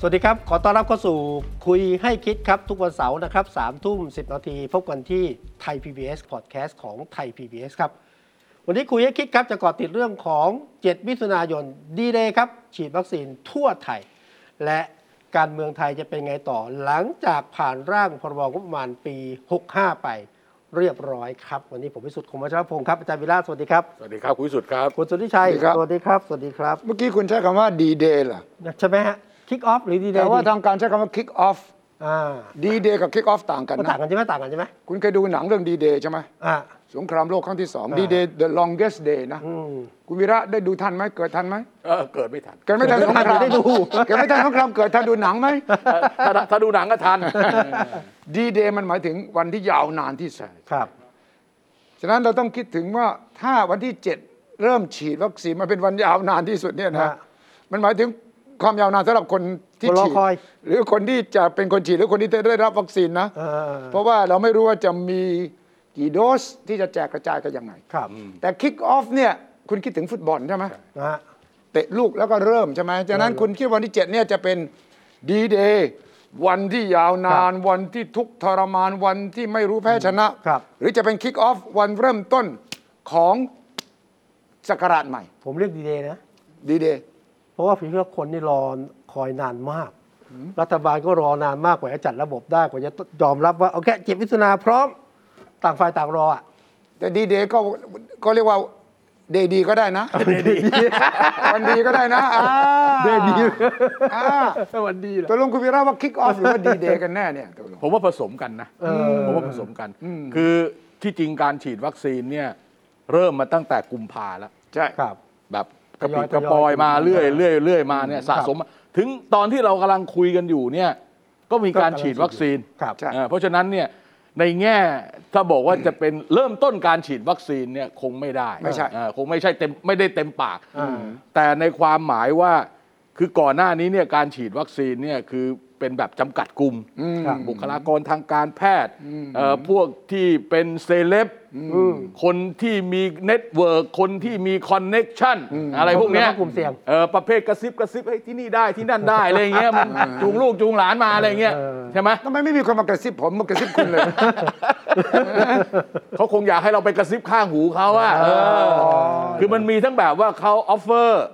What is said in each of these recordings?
สวัสดีครับ ขอต้อนรับเข้าสู่คุยให้คิดครับ ทุกวันเสาร์นะครับสามทุ่มสินาที พบกันที่ไทย PBS Podcast ของไทย PBS ครับ วันนี้คุยให้คิดครับ จะเกาะติดเรื่องของ 7 มิถุนายนดีเดย์ครับ ฉีดวัคซีนทั่วไทย และการเมืองไทยจะเป็นไงต่อ หลังจากผ่านร่างพรบงบประมาณปี 65 ไปเรียบร้อยครับ วันนี้ผมพิสุทธิ์คมวัชรพงศ์ครับอาจารย์วิราชสวัสดีครับ สวัสดีครับ คุณวิสุทธิ์ครับ คุณสุทธิชัย สวัสดีครับ สวัสดีครับสวัสดีครับ เมื่อกี้คุณใช้คำว่าดีเดย์เหรอ ใช่ไหมฮะคิกออฟหรือดีเด แต่ ย์ ว่าทางการใช้คำว่า kick off อ่า ดีเดย์กับ kick off ต่างกัน ก็ นะ ต่างกันใช่ไหมต่างกันใช่ไหม คุณเคยดูหนังเรื่องดีเดย์ใช่ไหม อ่า สงครามโลกครั้งที่สอง อ่า ดีเดย์ the longest day นะ อืม คุณวีระได้ดูทันไหมเกิดทันไหม เออเกิดไม่ทัน เกิดไม่ทันสงคราม ได้ดู เกิดไม่ทันสงครามเกิดทันดูหนังไหม เออถ้าถ้าถ้าดูหนังก็ทัน ดีเดย์มันหมายถึงวันที่ยาวนานที่สุด ครับ ฉะนั้นเราต้องคิดถึงว่าถ้าวันที่ 7 เริ่มฉีดวัคซีนมันเป็นวันยาวนานที่สุดเนี่ยนะ ฮะ มันหมายถึงความยาวนานสำหรับคนที่ คนรอ ฉีด คอย หรือคนที่จะเป็นคนฉีดหรือคนที่ได้รับวัคซีนนะ เออ เพราะว่าเราไม่รู้ว่าจะมีกี่โดสที่จะแจกกระจายกันยังไง ครับ แต่คิกออฟเนี่ยคุณคิดถึงฟุตบอลใช่ไหม นะฮะ เตะลูกแล้วก็เริ่มใช่ไหมจากนั้นคุณคิดวันที่ 7 เนี่ยจะเป็นดีเดย์วันที่ยาวนาน วันที่ทุกข์ทรมานวันที่ไม่รู้แพ้ชนะ ครับ หรือจะเป็นคิกออฟวันเริ่มต้นของสักราชใหม่ ผมเรียกดีเดย์นะ ดีเดย์ เพราะว่าพี่เพื่อคนนี่รอคอยนานมาก รัฐบาลก็รอนานมากกว่าจะจัดระบบได้กว่าจะยอมรับว่า โอเคเจ็บมิถุนาพร้อม ต่างฝ่ายต่างรออ่ะ แต่ดีเดย์ก็ก็เรียกว่าเดย์ดีก็ได้นะ วันดี ก็ได้นะอ่า Day ดี อ่า วันดีเหร ต อก ลงคุณวีระว่าคิกออฟหรือว่าดีเดย์กันแน่เนี่ยตกลง ผมว่าผสมกันนะผมว่าผสมกัน คือที่จริงการฉีดวัคซีนเนี่ยเริ่มมาตั้งแต่กุมภาแล้ว ใช่ ครับ แบบ ท ก ยอระปิ ย ดกระปอย ทยอย มาเรื่อย ทยอย เรื่อยเรื่อยมาเนี่ยสะสมมาถึงตอนที่เรากำลังคุยกันอยู่เนี่ยก็มีการฉีดวัคซีน ครับ ใช่ เออเพราะฉะนั้นเนี่ยในแง่ถ้าบอกว่าจะเป็นเริ่มต้นการฉีดวัคซีนเนี่ยคงไม่ได้ ไม่ใช่ เออคงไม่ใช่เต็มไม่ได้เต็มปาก อ่า แต่ในความหมายว่าคือก่อนหน้านี้เนี่ยการฉีดวัคซีนเนี่ยคือเป็นแบบจำกัดกลุ่ม ครับ บุคลากรทางการแพทย์เอ่อพวกที่เป็นเซเลบคนที่มีเน็ตเวิร์กคนที่มีคอนเน็กชันอะไรพวกเนี้ย แล้วก็กลุ่มเสี่ยง ออประเภทกระซิบกระซิบเฮ้ยที่นี่ได้ที่นั่นได้อะไรเงี้ยมันจูงลูกจูงหลานมาอะไรเงี้ย เออ ใช่ไหม ทำไมไม่มีคนมากระซิบผมมากระซิบคุณ เลย เขาคงอยากให้เราไปกระซิบข้างหูเขาว่าเออคือมันมีทั้งแบบว่าเขาออฟเฟอร์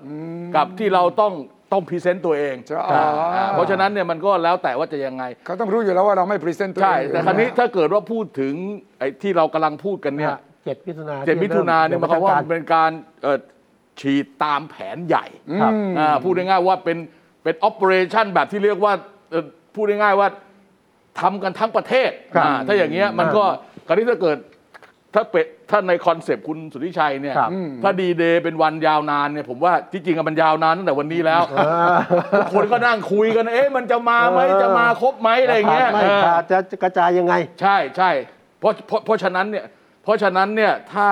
กับที่เราต้องต้องพรีเซนต์ตัวเอง ใช่ อ่าอ่าเพราะฉะนั้นเนี่ยมันก็แล้วแต่ว่าจะยังไง เขาต้องรู้อยู่แล้วว่าเราไม่พรีเซนต์ตัวเอง ใช่ แต่ครั้นี้ถ้าเกิดว่าพูดถึงไอ้ที่เรากำลังพูดกันเนี่ย เจ็ดมิถุนา เจ็ดมิถุนาเนี่ยหมันเขามว่า ริ่ มันเป็นการเอ่อฉีดตามแผนใหญ่ ครับ อ่าพูดง่ายๆว่าเป็นเป็นออปเปอเรชันแบบที่เรียกว่าเอ่อพูดง่ายๆว่าทำกันทั้งประเทศ ครับ อ่าถ้าอย่างเงี้ยมันก็คราวนี้ถ้าเกิดถ้าเป็นถ้าในคอนเซปต์คุณสุทธิชัยเนี่ย ครับ ถ้าดีเดย์เป็นวันยาวนานเนี่ยผมว่าที่จริงอะมันยาวนานตั้งแต่วันนี้แล้ว เออ คนก็นั่งคุยกัน เอ๊ะ มันจะมาไหม จะมาครบไหมอะไรอย่างเงี้ย ไม่ เออ ขาดจะกระจายยังไง ใช่ใช่เพราะเพราะเพราะฉะนั้นเนี่ย เพราะฉะนั้นเนี่ย ถ้า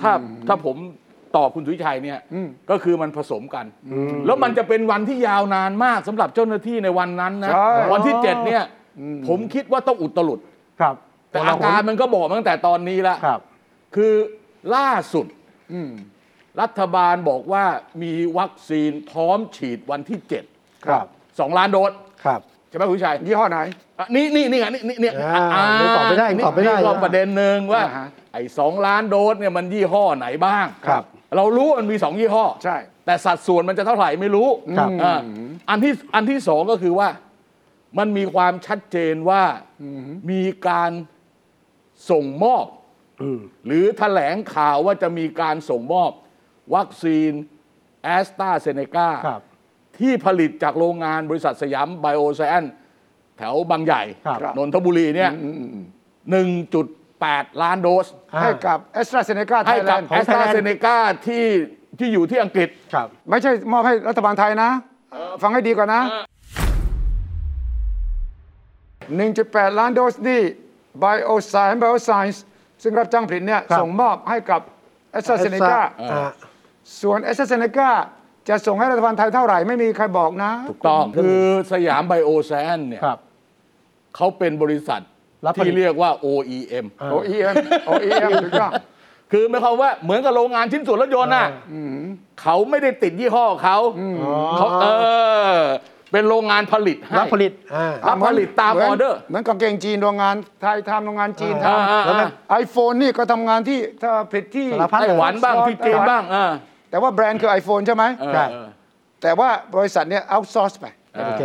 ถ้า ถ้าผมตอบคุณสุวิชัยเนี่ย ก็คือมันผสมกัน แล้วมันจะเป็นวันที่ยาวนานมากสำหรับเจ้าหน้าที่ในวันนั้นนะ ใช่ วันที่เจ็ดเนี่ย ผมคิดว่าต้องอุตลุด ครับ แต่อาการมันก็บอกมาตั้งแต่ตอนนี้ละ ครับ คือล่าสุด อืม รัฐบาลบอกว่ามีวัคซีนพร้อมฉีดวันที่เจ็ด ครับ สองล้านโดส ครับ ใช่ไหมคุณวิชัย ยี่ห้อไหน อ่ะนี่นี่นี่ไงนี่นี่เนี่ย อ่ายังตอบไม่ได้ยังตอบไม่ได้ นี่ก็ประเด็นหนึ่งว่า อ่าฮะ ไอ้สองล้านโดสเนี่ยมันยี่ห้อไหนบ้าง ครับ เรารู้ว่ามันมีสองยี่ห้อ ใช่ แต่สัดส่วนมันจะเท่าไหร่ไม่รู้ ครับ อ่าอันที่อันที่สองก็คือว่ามันมีความชัดเจนว่ามีการส่งมอบ อืม หรือแถลงข่าวว่าจะมีการส่งมอบ วัคซีนแอสตราเซเนกา ครับ ที่ผลิตจากโรงงานบริษัทสยามไบโอไซแอนแถวบางใหญ่ ครับ นนทบุรีเนี่ย1.8 ล้านโดส อ่า ให้กับแอสตราเซเนกาไท ให้ ยแล กับ นด์ แอสตราเซเนกาที่ที่อยู่ที่อังกฤษ ครับ ไม่ใช่มอบให้รัฐบาลไทยนะ ฟังให้ดีก่อนนะ 1.8 ล้านโดสนี่ Bioscience Bioscience ซึ่งรับจ้างผลิตเนี่ย ครับ ส่งมอบให้กับ a s t r a z e เซ n e c a อ่า ส่วน a s t r a z e น e c a จะส่งให้รัฐบาลไทยเท่าไหร่ ไม่มีใครบอกนะ ถูกต้องคือสยามไบโอแซนเนี่ย เขาเป็นบริษัท รับผลิต ที่เรียกว่า OEM อ่า OEM OEM ถูกต้อง คือหมายความว่าเหมือนกับโรงงานชิ้นส่วนรถยนต์น่ะเขาไม่ได้ติดยี่ห้อเขาเขาเออ เป็นโรงงานผลิตให้ รับผลิตอ่า รับผลิตตาม หน ออเดอร์ เหมือนกางเกงจีนโรงงานไทยทำโรงงานจีนท อ่า อ่าอ่า ำไอโฟนนี่ก็ทำงานที่ถ้าผลิตที่ สารพัด ไต้หวันบ้างที่จีนบ้างเออ แต่ว่าแบรนด์คือ iPhone ใช่ไหม เออ ใช่ เออ แต่ว่าบริษัทเนี่ยเอาซอร์สไป โอเค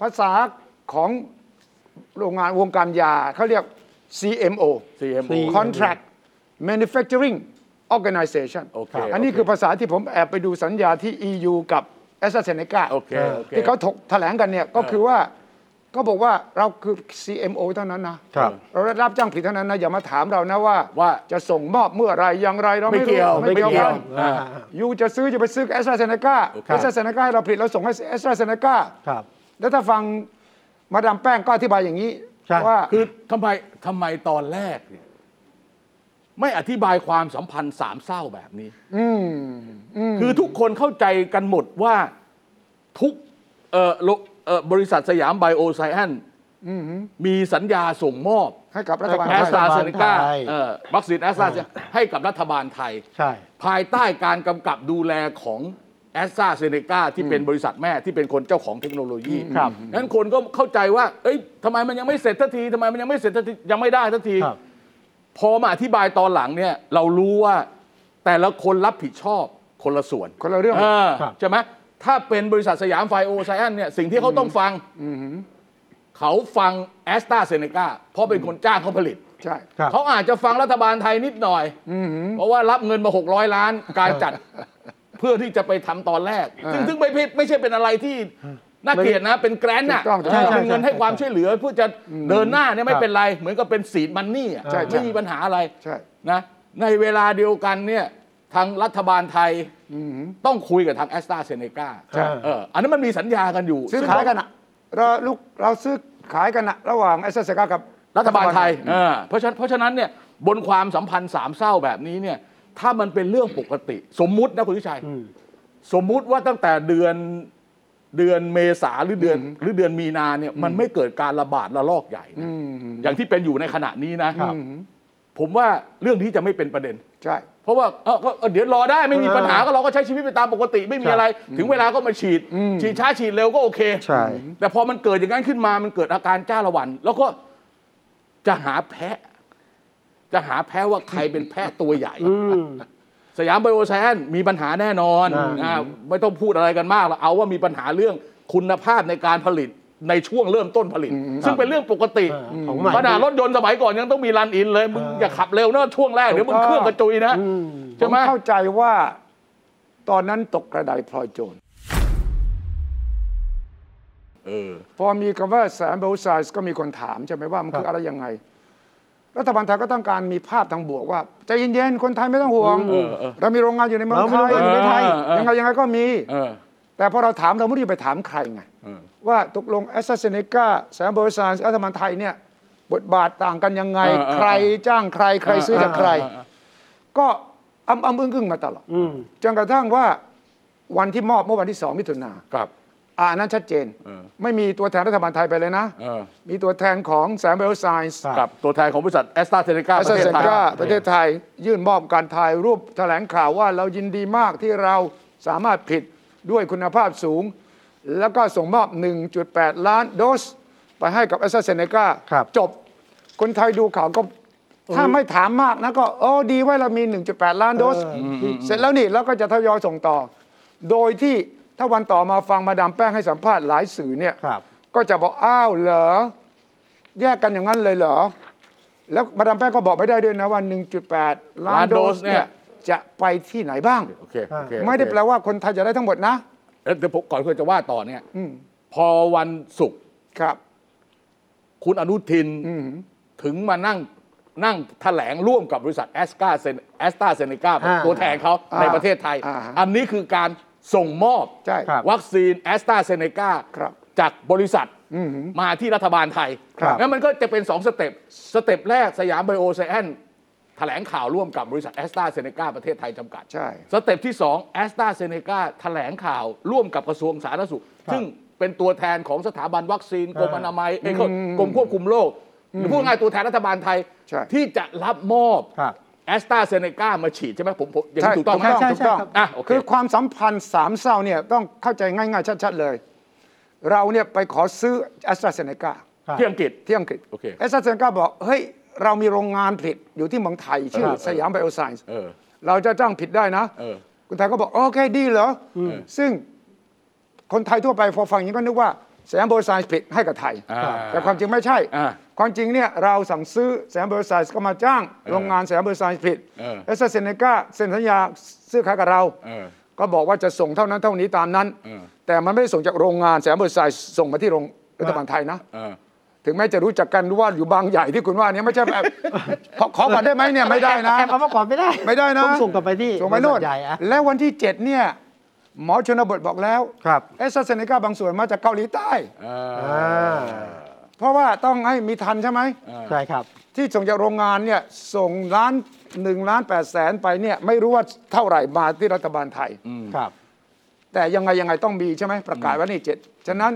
ภาษาของโรงงานวงการยาเขาเรียก CMO ซีเอ็มโอ CMO Contract Manufacturing Organization โอเค อันนี้ โอเค คือภาษาที่ผมแอบไปดูสัญญาที่ EU กับ a s t r a z e ซ e c a โอเคโอค ที่เขาถกแถลงกันเนี่ยก็คือว่าก็บอกว่าเราคือ CMO เท่านั้นนะครับ เราได้รับจ้างผลิตเท่านั้นนะ อย่ามาถามเรานะว่า ว่า จะส่งมอบเมื่อไรอย่างไรเรา ไม่ ไม่รู้ เกี่ยว ไม่เกี่ยว ไม่เกี่ยว กัน อ่า ยูจะซื้อจะไปซื้อแอสตราเซเนกา โอเค แอสตราเซเนกาให้เราผลิตเราส่งให้แอสตราเซเนกา ครับ แล้วถ้าฟังมาดามแป้งก็อธิบายอย่างนี้ ใช่ ว่า คือทำไมทำไมตอนแรกเนี่ยไม่อธิบายความสัมพันธ์สามเศร้าแบบนี้ อืม คือทุกคนเข้าใจกันหมดว่าทุกเอ่อโลเอ่อบริษัทสยามไบโอไซแอนมีสัญญาส่งมอบ ให้กับรัฐบาล แอสไทย ตราเซเนกา รัฐบาลไทย วัคซีนแอสตราเซให้กับรัฐบาลไทย ใช่ ภายใต้การกำกับดูแลของแอสตราเซเนกาที่เป็นบริษัทแม่ที่เป็นคนเจ้าของเทคโนโลยี ครับ งั้นคนก็เข้าใจว่า เอ้ยทำไมมันยังไม่เสร็จทันทีทำไมมันยังไม่เสร็จทันทียังไม่ได้ทันที ครับ พอมาอธิบายตอนหลังเนี่ย เรารู้ว่าแต่ละคนรับผิดชอบคนละส่วน คนละเรื่อง เออ ครับ ใช่ไหมถ้าเป็นบริษัทสยามไฟโอไซแอนเนี่ยสิ่งที่เขาต้องฟังเขาฟังแอสตราเซเนกาเพราะเป็นคนจ้างเขาผลิต ใช่ ครับ เขาอาจจะฟังรัฐบาลไทยนิดหน่อย เพราะว่ารับเงินมา 600 ล้านการจัด เพื่อที่จะไปทำตอนแรก ซึ่งซึ่งไม่ไม่ใช่เป็นอะไรที่น่าเกลียดนะ เป็นแกรนด์น่ะ ถูกต้อง เออ ใช่ใช่ เป็นเงินให้ความช่วยเหลือเพื่อจะเดินหน้าเนี่ยไม่เป็นไร เหมือนกับเป็นสีดมันนี่ ใช่ใช่ ไม่มีปัญหาอะไร ใช่ นะในเวลาเดียวกันเนี่ยทางรัฐบาลไทยต้องคุยกับทางแอสตราเซเนกา ใช่ เอออันนั้นมันมีสัญญากันอยู่ ซื้อขายกันอะเราลูกเราซื้อขายกันอะระหว่างแอสตราเซเนกากับ รัฐบาลไทยเออเพราะฉะนั้นเพราะฉะนั้นเนี่ยบนความสัมพันธ์สามเศร้าแบบนี้เนี่ยถ้ามันเป็นเรื่องปกติ สมมุตินะคุณวิชัย สมมุติว่าตั้งแต่เดือนเดือนเมษาหรือเดือนหรือเดือนมีนาเนี่ยมันไม่เกิดการระบาดระลอกใหญ่นะอย่างที่เป็นอยู่ในขณะนี้นะผมว่าเรื่องนี้จะไม่เป็นประเด็น ใช่ เพราะว่าเออก็เออเดี๋ยวรอได้ไม่มีปัญหาก็เราก็ใช้ชีวิตไปตามปกติไม่มีอะไร ถึงเวลาก็มาฉีด ฉีดช้าฉีดเร็วก็โอเค ใช่ แต่พอมันเกิดอย่างนั้นขึ้นมามันเกิดอาการจ้าละวัน แล้วก็จะหาแพ้ จะหาแพ้ว่าใครเป็นแพ้ตัวใหญ่ สยามไบโอไซแอนซ์มีปัญหาแน่นอน อ่า อ่าไม่ต้องพูดอะไรกันมากหรอกเอาว่ามีปัญหาเรื่องคุณภาพในการผลิตในช่วงเริ่มต้นผลิต ซึ่งเป็นเรื่องปกติ ของใหม่ ขนาดรถยนต์สมัยก่อนยังต้องมีรันอินเลยมึง อ่า อย่าขับเร็วนะช่วงแรกเดี๋ยวมึงเครื่องกระจุยนะ อืม ผ ใช่ ม ไหม เข้าใจว่าตอนนั้นตกกระไดพลอยโจร เออ พอมีคำว่าแสนเบลไซส์ก็มีคนถามใช่ไหมว่ามันคืออะไรยังไง รัฐบาลไทยก็ต้องการมีภาพทางบวกว่าใจเย็นๆคนไทยไม่ต้องห่วง เออเออ เรามีโรงงานอยู่ในเมือง เรา ไท มีโรง ย งานอยู่ในไทย เออ ยังไงยังไงก็มี เออ แต่พอเราถามเราไม่ได้ไปถามใครไง เออ ว่าตกลงแอสซ a เซเนกาแสนบริษัทอัตมันไทยเนี่ย บทบาทต่างกันยังไง เออเออเออ ใครจ้างใครใครซื้อจากใคร ก็อ้ำอ้ำอึ้งอึ้งมาตลอด อืม จนกระทั่งว่าวันที่มอบเมื่อวันที่สองมิถุนา ครับ อ่านนั้นชัดเจน เออ ไม่มีตัวแทนรัฐบาลไทยไปเลยนะ เออ มีตัวแทนของแสนบริษัท ครับ กับตัวแทนของบริษัทแอสตราเซเนกา แอ ป ส ระ ซา เทศ เซ ไท เน ย กาประเทศไทย ยื่นมอบการถ่ายรูปแถลงข่าวว่าเรายินดีมากที่เราสามารถผลิตด้วยคุณภาพสูง แล้วก็ส่งมอบ 1.8 ล้านโดส ไปให้กับแอสซาเซเนกา ครับ จบ คนไทยดูข่าวก็ ถ้าไม่ถามมากนะก็โอ้ดีไว้เรามี 1.8 ล้านโดส เสร็จแล้วนี่เราก็จะทยอยส่งต่อ โดยที่ถ้าวันต่อมาฟังมาดามแป้งให้สัมภาษณ์หลายสื่อเนี่ย ครับ ก็จะบอกอ้าวเหรอ แยกกันอย่างนั้นเลยเหรอ แล้วมาดามแป้งก็บอกไม่ได้ด้วยนะว่า 1.8 ล้า านน โด โด ส สเนี่ย เนี่ยจะไปที่ไหนบ้าง โอเคโอเค ไม่ได้แปล แล้ว ว่าคนไทยจะได้ทั้งหมดนะ เดี๋ยวผมก่อนคุณจะว่าต่อเนี่ยพอวันศุกร์ ครับ คุณอนุทินถึงมานั่งนั่งแถลงร่วมกับบริษัทแอสกาเซนแอสตาเซเนกา อ่า ตัวแทนเขา อ่า ในประเทศไทย อ่า อันนี้คือการส่งมอบ ใช่ ครับ วัคซีนแอสตราเซเนกา ครับ จากบริษัท อือหือ มาที่รัฐบาลไทย ครับ งั้นมันก็จะเป็น 2 สเต็ป สเต็ปแรกสยามไบโอไซแอนแถลงข่าวร่วมกับบริษัทแอสตราเซเนกาประเทศไทยจำกัด ใช่ สเต็ปที่2แอสตราเซเนกาแถลงข่าวร่วมกับกระทรวงสาธารณสุข ซึ่งเป็นตัวแทนของสถาบันวัคซีนกรมอนามัยเอ้ย อืม กรมควบคุมโรคหรือพูดง่ายๆตัวแทนรัฐบาลไทย ใช่ ที่จะรับมอบ ครับ แอสตราเซเนกามาฉีดใช่ไหมผมผมอย่าง ใช่ นี้ถูกต้องไหม ถูก ใช่ ต้อง ใช่ ถูกต้อง ครับ อ่ะโอเค คือความสัมพันธ์สามเศร้าเนี่ยต้องเข้าใจง่าย ๆ ชัด ๆ เลย เราเนี่ยไปขอซื้อแอสตราเซเนกา ที่อังกฤษ ที่อังกฤษ โอเค แอสตราเซเนกาบอกเฮ้ย เรามีโรงงานผลิตอยู่ที่เมืองไทย ชื่อสยามไบโอไซน์ เออ เราจะจ้างผิดได้นะ เออ คุณไทยก็บอก โอเคดีเหรออซึ่งคนไทยทั่วไปพอฟังอย่างนี้ก็นึกว่าสยามไบโอไซน์ผลิตให้กับไทย อ่า แต่ความจริงไม่ใช่ อ่า ความจริงเนี่ยเราสั่งซื้อแสนบริษัทก็มาจ้างโรงงานแสนบริษัทผลิต เออ และเซเนกาเซ็นสัญญาซื้อขายกับเรา เออ ก็บอกว่าจะส่งเท่านั้นเท่านี้ตามนั้น เออ แต่มันไม่ได้ส่งจากโรงงานแสนบริษัทส่งมาที่โรงรัฐบาลไทยนะ เออ ถึงแม้จะรู้จักกันรู้ว่าอยู่บางใหญ่ที่คุณว่าเนี่ยไม่ใช่แบบ ขอขอก่อนได้ไหมเนี่ยไม่ได้นะ แอบเอามาก่อนไม่ได้ ไม่ได้นะ ต้องส่งกลับไปที่ ส่งไปโน่น บริษัทใหญ่อะ แล้ววันที่ 7 เนี่ย หมอชนบทบอกแล้ว ครับ เอสเซเนกาบางส่วนมาจากเกาหลีใต้ เออ อ่า เพราะว่าต้องให้มีทันใช่ไหม ใช่ครับ ที่ส่งจากโรงงานเนี่ย ส่งล้านหนึ่งล้านแปดแสนไปเนี่ย ไม่รู้ว่าเท่าไหร่มาที่รัฐบาลไทย ครับ แต่ยังไงยังไงต้องมีใช่ไหมประกาศว่านี่เจ็ดฉะนั้น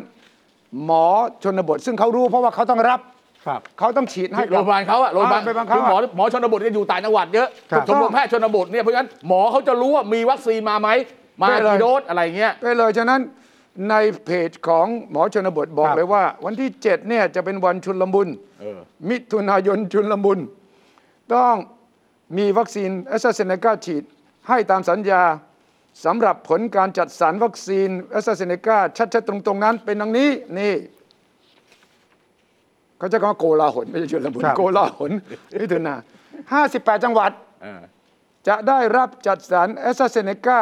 หมอชนบทซึ่งเขารู้เพราะว่าเขาต้องรับ ครับ เขาต้องฉีดให้ ที่โรงพยาบาลเขาอะโรงพยาบาล อ่ไปบางเขา คือหมอ อะ หมอชนบทเนี่ยอยู่ต่างจังหวัดเยอะ ครับ ชมรมแพทย์ชนบทเนี่ยเพราะฉะนั้นหมอเขาจะรู้ว่ามีวัคซีนมาไหมมา ได้เลย กี่โดสอะไรเงี้ย ไปเลยฉะนั้นในเพจของหมอชนบทบอก ครับ เลยว่า วันที่ 7 เนี่ยจะเป็นวันชุนลมุน เออ มิถุนายนชุนลมุน ต้องมีวัคซีนแอสตราเซเนกาฉีด ให้ตามสัญญาสำหรับผลการจัดสรรวัคซีนแอสตราเซเนกาชัดๆ ตรงๆนั้น เป็นดังนี้นี่เขาจะกว่าโกลาหลไม่ใช่ชุนลมุน ครับ โกลาหลมิถุนา58 จังหวัด เออ จะได้รับจัดสรรแอสตราเซเนกา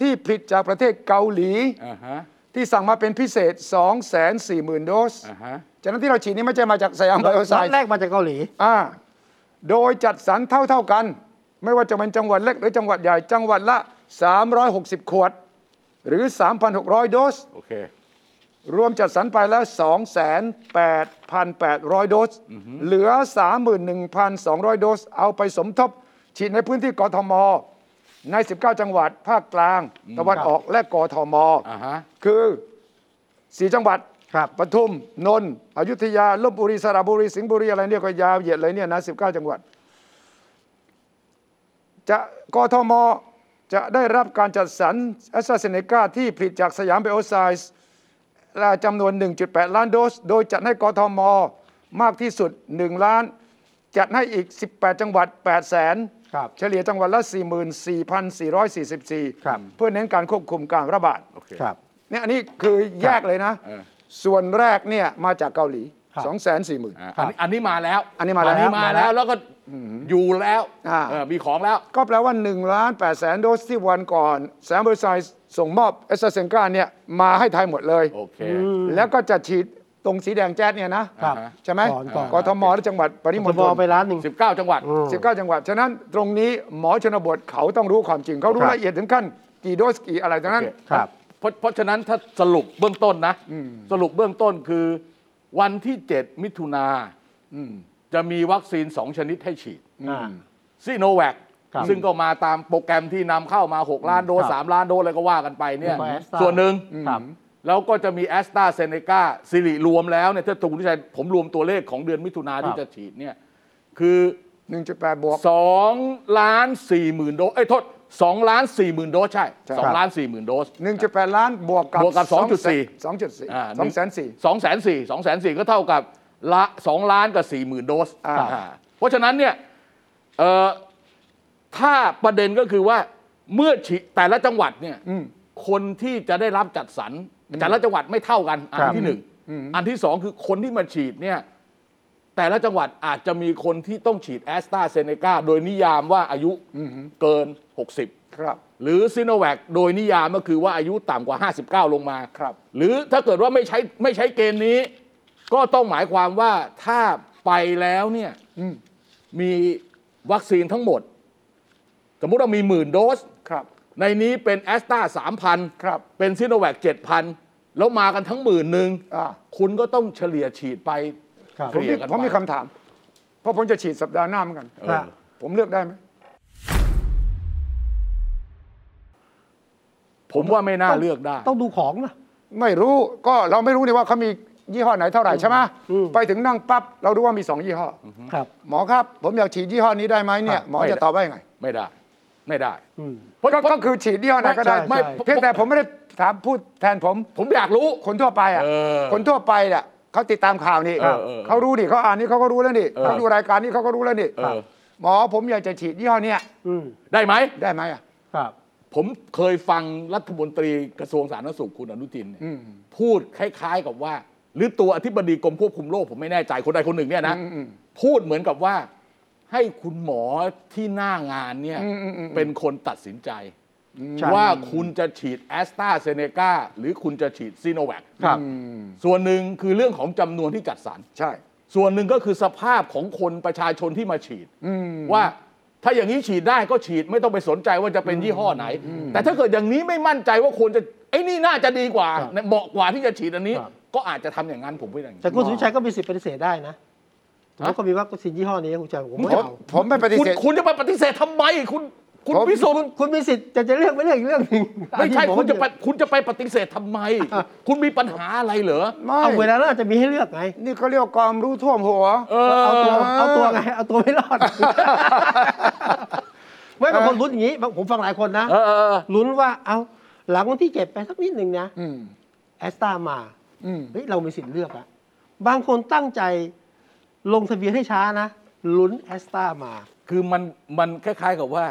ที่ผลิตจากประเทศเกาหลี อ่าฮะ ที่สั่งมาเป็นพิเศษ 240,000 โดส อ่าฮะ จากนั้นที่เราฉีดนี่ไม่ใช่มาจากสยามไบโอไซ ล็อต ด์ แรกมาจากเกาหลี อ่า โดยจัดสรรเท่าเท่าๆกัน ไม่ว่าจะเป็นจังหวัดเล็กหรือจังหวัดใหญ่ จังหวัดละ 360 ขวด หรือ 3,600 โดส โอเค รวมจัดสรรไปแล้ว 28,800 โดส เหลือ 31,200 โดส เอาไปสมทบ ฉีดในพื้นที่กทม ใน 19 จังหวัด ภาคกลาง ตะวันออกและกทม อ่าฮะ คือ 4 จังหวัด ครับ ปทุม นนท์อยุธยาลบบุรีสระบุรี สิงห์บุรี อะไรเนี่ยก็ยาวเหยียดเลยเนี่ยนะ 19 จังหวัด จะกทม จะได้รับการจัดสรรแอสตราเซเนกาที่ผลิตจากสยามไบโอไซส์จำนวน 1.8 ล้านโดส โดยจัดให้กทม มากที่สุด 1 ล้าน จัดให้อีก 18 จังหวัด 8 แสน ครับ เฉลี่ยจังหวัดละ 44,444 ครับ เพื่อเน้นการควบคุมการระบาด โอเค ครับ เนี่ยอันนี้คือแยกเลยนะ เออ ส่วนแรกเนี่ยมาจากเกาหลี ครับ 2 4 0 0 0 อ่าอันนี้อันนี้มาแล้ว อันนี้มาแล้ว อันนี้มาแล้ว แล้วก็อยู่แล้ว อ่า เออมีของแล้ว ก็แปลว่า1ล้าน8แสนโดสที่วันก่อนแสนบริษัทส่งมอบเอสเซนกาเนี่ยมาให้ไทยหมดเลย โอเค แล้วก็จะฉีดตรงสีแดงแจ๊ดเนี่ยนะครับ ใช่ไหม ก่อนก่อน กทมและจังหวัดปริม ผมณฑ บ ล อกไปร้านหนึ่ง 19 จังหวัด 19 จังหวัด ฉะนั้นตรงนี้หมอชนบทเขาต้องรู้ความจริง เขารู้ ครับ ละเอียดถึงขั้นกี่โดสกี่อะไรทั้งนั้น โอเ ครับ เพราะเพราะฉะนั้นถ้าสรุปเบื้องต้นนะ สรุปเบื้องต้นคือวันที่ 7 มิถุนาจะมีวัคซีน 2 ชนิดให้ฉีด อ่า ซีโนแวค ครับ ซึ่งก็มาตามโปรแกรมที่นำเข้ามา 6 ล้านโดส ครับ 3 ล้านโดสอะไรก็ว่ากันไปเนี่ย แล้วก็ Astra ส่วนหนึ่ง ครับ แล้วก็จะมีแอสตราเซเนกาสิริรวมแล้วเนี่ยถ้าตรงที่ชัยผมรวมตัวเลขของเดือนมิถุนาคที่รับ จะฉีดเนี่ยคือ 1.8 บวก 2ล้าน4หมื่นโดสเอ้ยโทษ2ล้าน4หมื่นโดสใช่2ล้าน4หมื่นโดส 1.8 ล้านบวกกับบ วกกับ2.4 2.4 อ่า 2.4 สองแสนสี่สองแสนสี่ก็เท่ากับละสองล้านกับสี่หมื่นโดส อ่า อ่าเพราะฉะนั้นเนี่ยเอ่อถ้าประเด็นก็คือว่าเมื่อฉีดแต่ละจังหวัดเนี่ยคนที่จะได้รับจัดสรรแต่ละจังหวัดไม่เท่ากัน อัน ครับ ที่หนึ่งอันที่สองคือคนที่มาฉีดเนี่ยแต่ละจังหวัดอาจจะมีคนที่ต้องฉีดแอสตราเซเนกาโดยนิยามว่าอายุเกิน 60 ครับ หรือซีโนแวคโดยนิยามก็คือว่าอายุต่ำกว่า 59 ลงมา ครับ หรือถ้าเกิดว่าไม่ใช้ไม่ใช้เกณฑ์นี้ ก็ต้องหมายความว่าถ้าไปแล้วเนี่ยมีวัคซีนทั้งหมด สมมุติเรามีหมื่นโดส ครับ ในนี้เป็นแอสตราสามพัน ครับ เป็นซีโนแวคเจ็ดพัน แล้วมากันทั้งหมื่นหนึ่ง อ่า คุณก็ต้องเฉลี่ยฉีดไป ครับ ผม เคลี มี ยร์กันไป ผมมีคำถาม เพราะผมจะฉีดสัปดาห์หน้าเหมือนกัน เอ ครั อบ ผมเลือกได้ไหม ผมว่าไม่น่าเลือกได้ ต้องดูของนะ ไม่รู้ก็เราไม่รู้นี่ว่าเขามียี่ห้อไหนเท่าไหร่ใช่ไหม อืม ไปถึงนั่งปั๊บเรารู้ว่ามีสองยี่ห้ออ ครับ หมอครับ ผมอยากฉีดยี่ห้อนี้ได้ไหมเนี่ย ครับ หมอ ไม่ได้ จะตอบว่ายังไง ไม่ได้ ไม่ได้ อืม เพราะ ก็ก็ เพราะ คือฉีดยี่ห้อไหนก็ได้ ใช่ ไม่ ใช่ เพียงแต่ผมไม่ได้ถามพูดแทนผม ผมอยากรู้ คนทั่วไปอ่ะ เออ คนทั่วไปอ่ะเขาติดตามข่าวนี่ เออเออ เขารู้ดิเขาอ่านนี่เขาก็รู้แล้วนี่ เออ เขาดูรายการนี่เขาก็รู้แล้วนี่ เออ หมอผมอยากจะฉีดยี่ห้อเนี้ย อืม ได้ไหม ได้ไหมอ่ะ ครับ ผมเคยฟังรัฐมนตรีกระทรวงสาธารณสุขคุณอนุทินเนี่ย อืม พูดคล้าย ๆ กับว่า หรือตัวอธิบดีกรมควบคุมโรคผมไม่แน่ใจคนใดคนหนึ่งเนี่ยนะ อืมอืม พูดเหมือนกับว่า ให้คุณหมอที่หน้างานเนี่ย อืมอืมอืม เป็นคนตัดสินใจ ใช่ ว่าคุณจะฉีดแอสตราเซเนกาหรือคุณจะฉีดซีโนแวค ครับ อืม ส่วนหนึ่งคือเรื่องของจำนวนที่จัดสรร ใช่ ส่วนหนึ่งก็คือสภาพของคนประชาชนที่มาฉีด อืม ว่าถ้าอย่างนี้ฉีดได้ก็ฉีดไม่ต้องไปสนใจว่าจะเป็นยี่ห้อไหน แต่ถ้าเกิดอย่างนี้ไม่มั่นใจว่าควรจะไอ้นี่น่าจะดีกว่า ครับ เหมาะกว่าที่จะฉีดอันนี้ ครับ ก็อาจจะทำอย่างนั้นผมพูดอย่างนี้ แต่คุณสุวิชัยก็มีสิทธิ์ปฏิเสธได้นะสมมติก็มีวัคซีนยี่ห้อนี้คุณจะผมไม่ ผม เอา ผมไม่ปฏิ คุณ เสธ คุณจะมาปฏิเสธทำไม คุณคุณ ผม พิสูจน์ คุณมีสิทธิ์จะจะเลือกไม่เลือกอีกเรื่องหนึ่ง ไม่ใช่ อันนี้ผ คุณจะไป ว่า คุณจะไปปฏิเสธทำไม คุณมีปัญหาอะไรเหรอ ไม่ เอาเวลาแล้วอาจจะมีให้เลือกไง นี่เขาเรียกว่าความรู้ท่วมหัว เอ เอาตัว อ เอาตัวไงเอาตัวไม่รอด ไม่บางคนลุ้นอย่างนี้บางผมฟังหลายคนนะ เออเออเออ ลุ้นว่าเอาหลังวันที่เจ็ดไปสักนิดหนึ่งนะ อืม แอสตามา อืม เฮ้ยเรามีสิทธิ์เลือกอะบางคนตั้งใจลงทะเบียนให้ช้านะลุ้นแอสตามา คือมันมันคล้ายๆกับว่า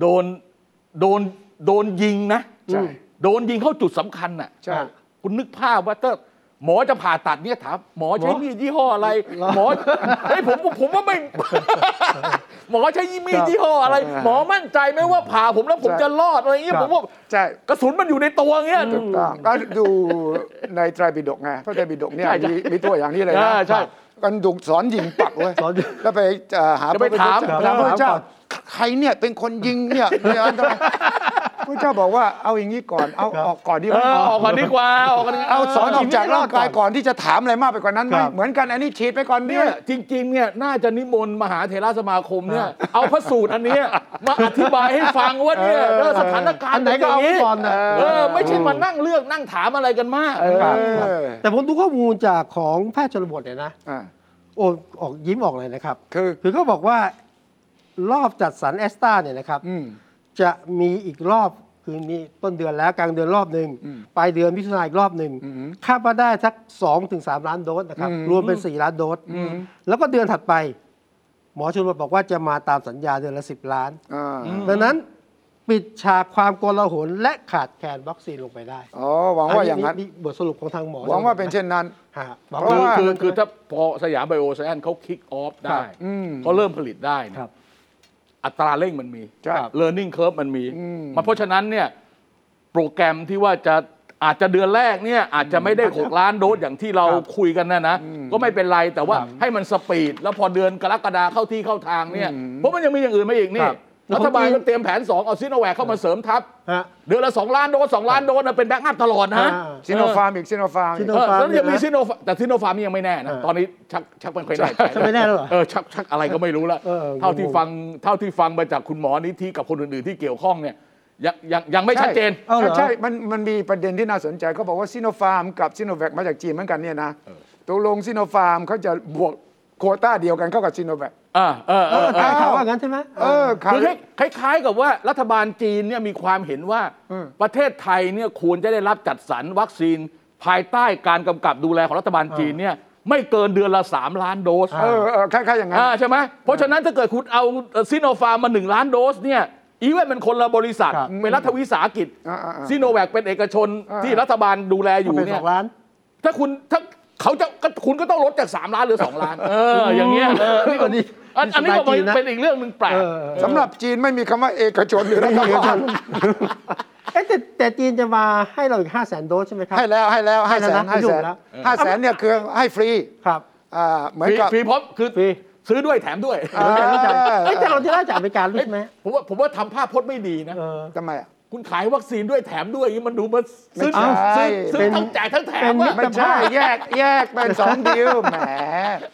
โดนโดนโดนยิงนะ ใช่ โดนยิงเข้าจุดสำคัญน่ะ ใช่ คุณนึกภาพว่าถ้าหมอจะผ่าตัดเนี่ยถามหมอใช้มีดยี่ห้ออะไร หมอเฮ้ยผมผมผมว่าไม่ หมอใช้มีดยี่ห้ออะไร หมอมั่นใจไหมว่าผ่าผมแล้วผม ใช่ จะรอดอะไรเงี้ยผมว่า ใช่ กระสุนมันอยู่ในตัวเงี้ย ถูกต้องก็ดูในไตรปิฎกไงเพราะไตรปิฎกเนี่ย ใช่ใช่ มีมีตัวอย่างนี้เลย อ่า นะ ใช่ กันดุสอนยิงปักเว้ย สอน แล้วไปเอ่อหา จะไปถาม พระพุทธเจ้า ถามก่อน ใครเนี่ยเป็นคนยิงเนี่ยเนี่ยอันตรายพระเจ้าบอกว่าเอาอย่างนี้ก่อนเอาออกก่อนดี เอ ไหม อออกก่อนดีกว่าออกก่อนดีกว่า เอาสอนออกจากร่างกายก่อนที่จะถามอะไรมากไปกว่านั้นไหม ครับ เหมือนกันอันนี้ฉีดไปก่อนเนี่ เนี่ย ยจริงๆเนี่ยน่าจะนิมนต์มหาเถรสมาคมเนี่ย เอาพระสูตรอันเนี้ยมาอธิบายให้ฟังว่าเนี่ยเออสถานการ อัน ณ์ ไหนก็เอา ย่งนี้ ก่อนนะ เออไม่ใช่มานั่งเลือกนั่งถามอะไรกันมาก ครับ เออ แต่ผมดูข้อมูลจากของแพทย์ชนบทเนี่ยนะ อ่า โอ้ออกยิ้มออกเลยนะครับ คือ คือเขาบอกว่ารอบจัดสรรแอสตาเนี่ยนะครับ อืม จะมีอีกรอบคือมีต้นเดือนแล้วกลางเดือนรอบหนึ่ง อืม ปลายเดือนมิถุนายนอีกรอบหนึ่ง อือหือ คาดว่าได้สัก2ถึง3ล้านโดสนะครับ อืม รวมเป็น 4 ล้านโดส อืม แล้วก็เดือนถัดไป หมอชนบทบอกว่าจะมาตามสัญญาเดือนละ 10 ล้าน อ่า อืม ดังนั้นปิดฉากความโกลาหลและขาดแคลนวัคซีนลงไปได้ อ๋อหวังว่าอย่างนั้น บทสรุปของทางหมอ หวังว่าเป็นเช่นนั้น ฮะหวัง เพ ว่า ราะว่า คือคือถ้าพอสยามไบโอไซแอนเขาคิกออฟ ครั ได้ บ อืม เขาเริ่มผลิตได้เน ครั ย บ อัตราเร่งมันมี ใช่ ครับ learning curve มันมี อืม มันเพราะฉะนั้นเนี่ยโปรแกรมที่ว่าจะอาจจะเดือนแรกเนี่ยอาจจะไม่ได้ 6 ล้านโดสอย่างที่เรา ครับ คุยกันนะนะ ก็ไม่เป็นไรแต่ว่า ครับ ให้มันสปีด แล้วพอเดือนกรกฎาเข้าที่เข้าทางเนี่ยเพราะมันยังมีอย่างอื่นมาอีก ค นี่ รับ รัฐบาล แล้วผม ก็เตรียมแผน 2 เอาซิโนแวคเข้ามาเสริมทัพ ฮะ เดือนละ 2 ล้านโดส2ล้านโดสนะเป็นแบ็กอัพตลอดนะ อ่า ซิโนฟาร์มอีกซิโนฟาร์มอีก ซิโน เออแล้วยังมี ฟาร์มนะ ซิโนฟาร์มแต่ซิโนฟาร์มนี่ยังไม่แน่นะ อ่า ตอนนี้ชักชักไม่ค่อยแน่ใจ ชักไม่แน่แล้วเหรอ เออชักชักอะไรก็ไม่รู้ละ เออ เท่าที่ฟังเท่าที่ฟังมาจากคุณหมอนิธิกับคนอื่นๆที่เกี่ยวข้องเนี่ยยังยังยังไม่ชัดเจน เอาเหรอ ใช่ มันมันมีประเด็นที่น่าสนใจเขาบอกว่าซิโนฟาร์มกับซิโนแวคมาจากจีนเหมือนกันเนี่ยนะตกลงซิโนฟาร์มเขาจะบวกโควต้าเดียวกันเข้ากับซิโนแวค เออเออเอ เอ อ อ เออ ข่าวว่างั้นใช่ไหม เออครับ คือคล้ายคล้ายๆกับว่ารัฐบาลจีนเนี่ยมีความเห็นว่า อืม ประเทศไทยเนี่ยควรจะได้รับจัดสรรวัคซีน ภายใต้การกำกับดูแลของรัฐบาลจีนเนี่ยไม่เกินเดือนละ 3 ล้านโดส เออเออคล้ายๆอย่างนั้น อ่าใช่ไหมเพราะฉะนั้นถ้าเกิดคุณเอาซิโนฟาร์มมา 1 ล้านโดสเนี่ยอีเวนเป็นคนละบริษัท ครับ เป็นรัฐวิสาหกิจ อ่าๆๆ ซิโนแวคเป็นเอกชน อ่า ที่รัฐบาลดูแลอยู่ เป็น เนี่ ส ย องล้าน ถ้าคุณถ้าเขาจะก็คุณก็ต้องลดจาก 3 ล้านเหรือ 2 ล้าน เออ อย่างเงี้ยเออ อันนี้ อันอันนี้สก็บายจีนนะ เป็นอีกเรื่องหนึ่งแปลก เออ สำหรับจีนไม่มีคำว่าเอกชนหรือรัฐบาล เอ๊ะแต่แต่จีนจะมาให้เราอีก 5 0 0 0 0 0 โดสใช่ไหมครับ ให้แล้วให้แล้วให้แสน ให้ ให้ แล้วนะให้อยู่แสนแล้ว ห้าแสนเนี่ยคือให้ฟรี ครับ อ่าเหมือน ฟรี กับ ฟรีพร้อมคือ ฟรี ซื้อด้วยแถมด้วย อ่า เอ้ยแต่เราจะได้จากอเมริกาหรือ เอ้ย ใช่ไหม ผมว่าผมว่าทำภาพพจน์ไม่ดีนะ เออ ทำไมอ่ะ คุณขายวัคซีนด้วยแถมด้วยอย่างนี้มันดูมันซื้อ ไม่ใช่ ซื้อซื้อ เป็น ทั้งจ่ายทั้งแถม เป็น อะ ไม่ใช่แยกแยกเป็นสองดีลแหม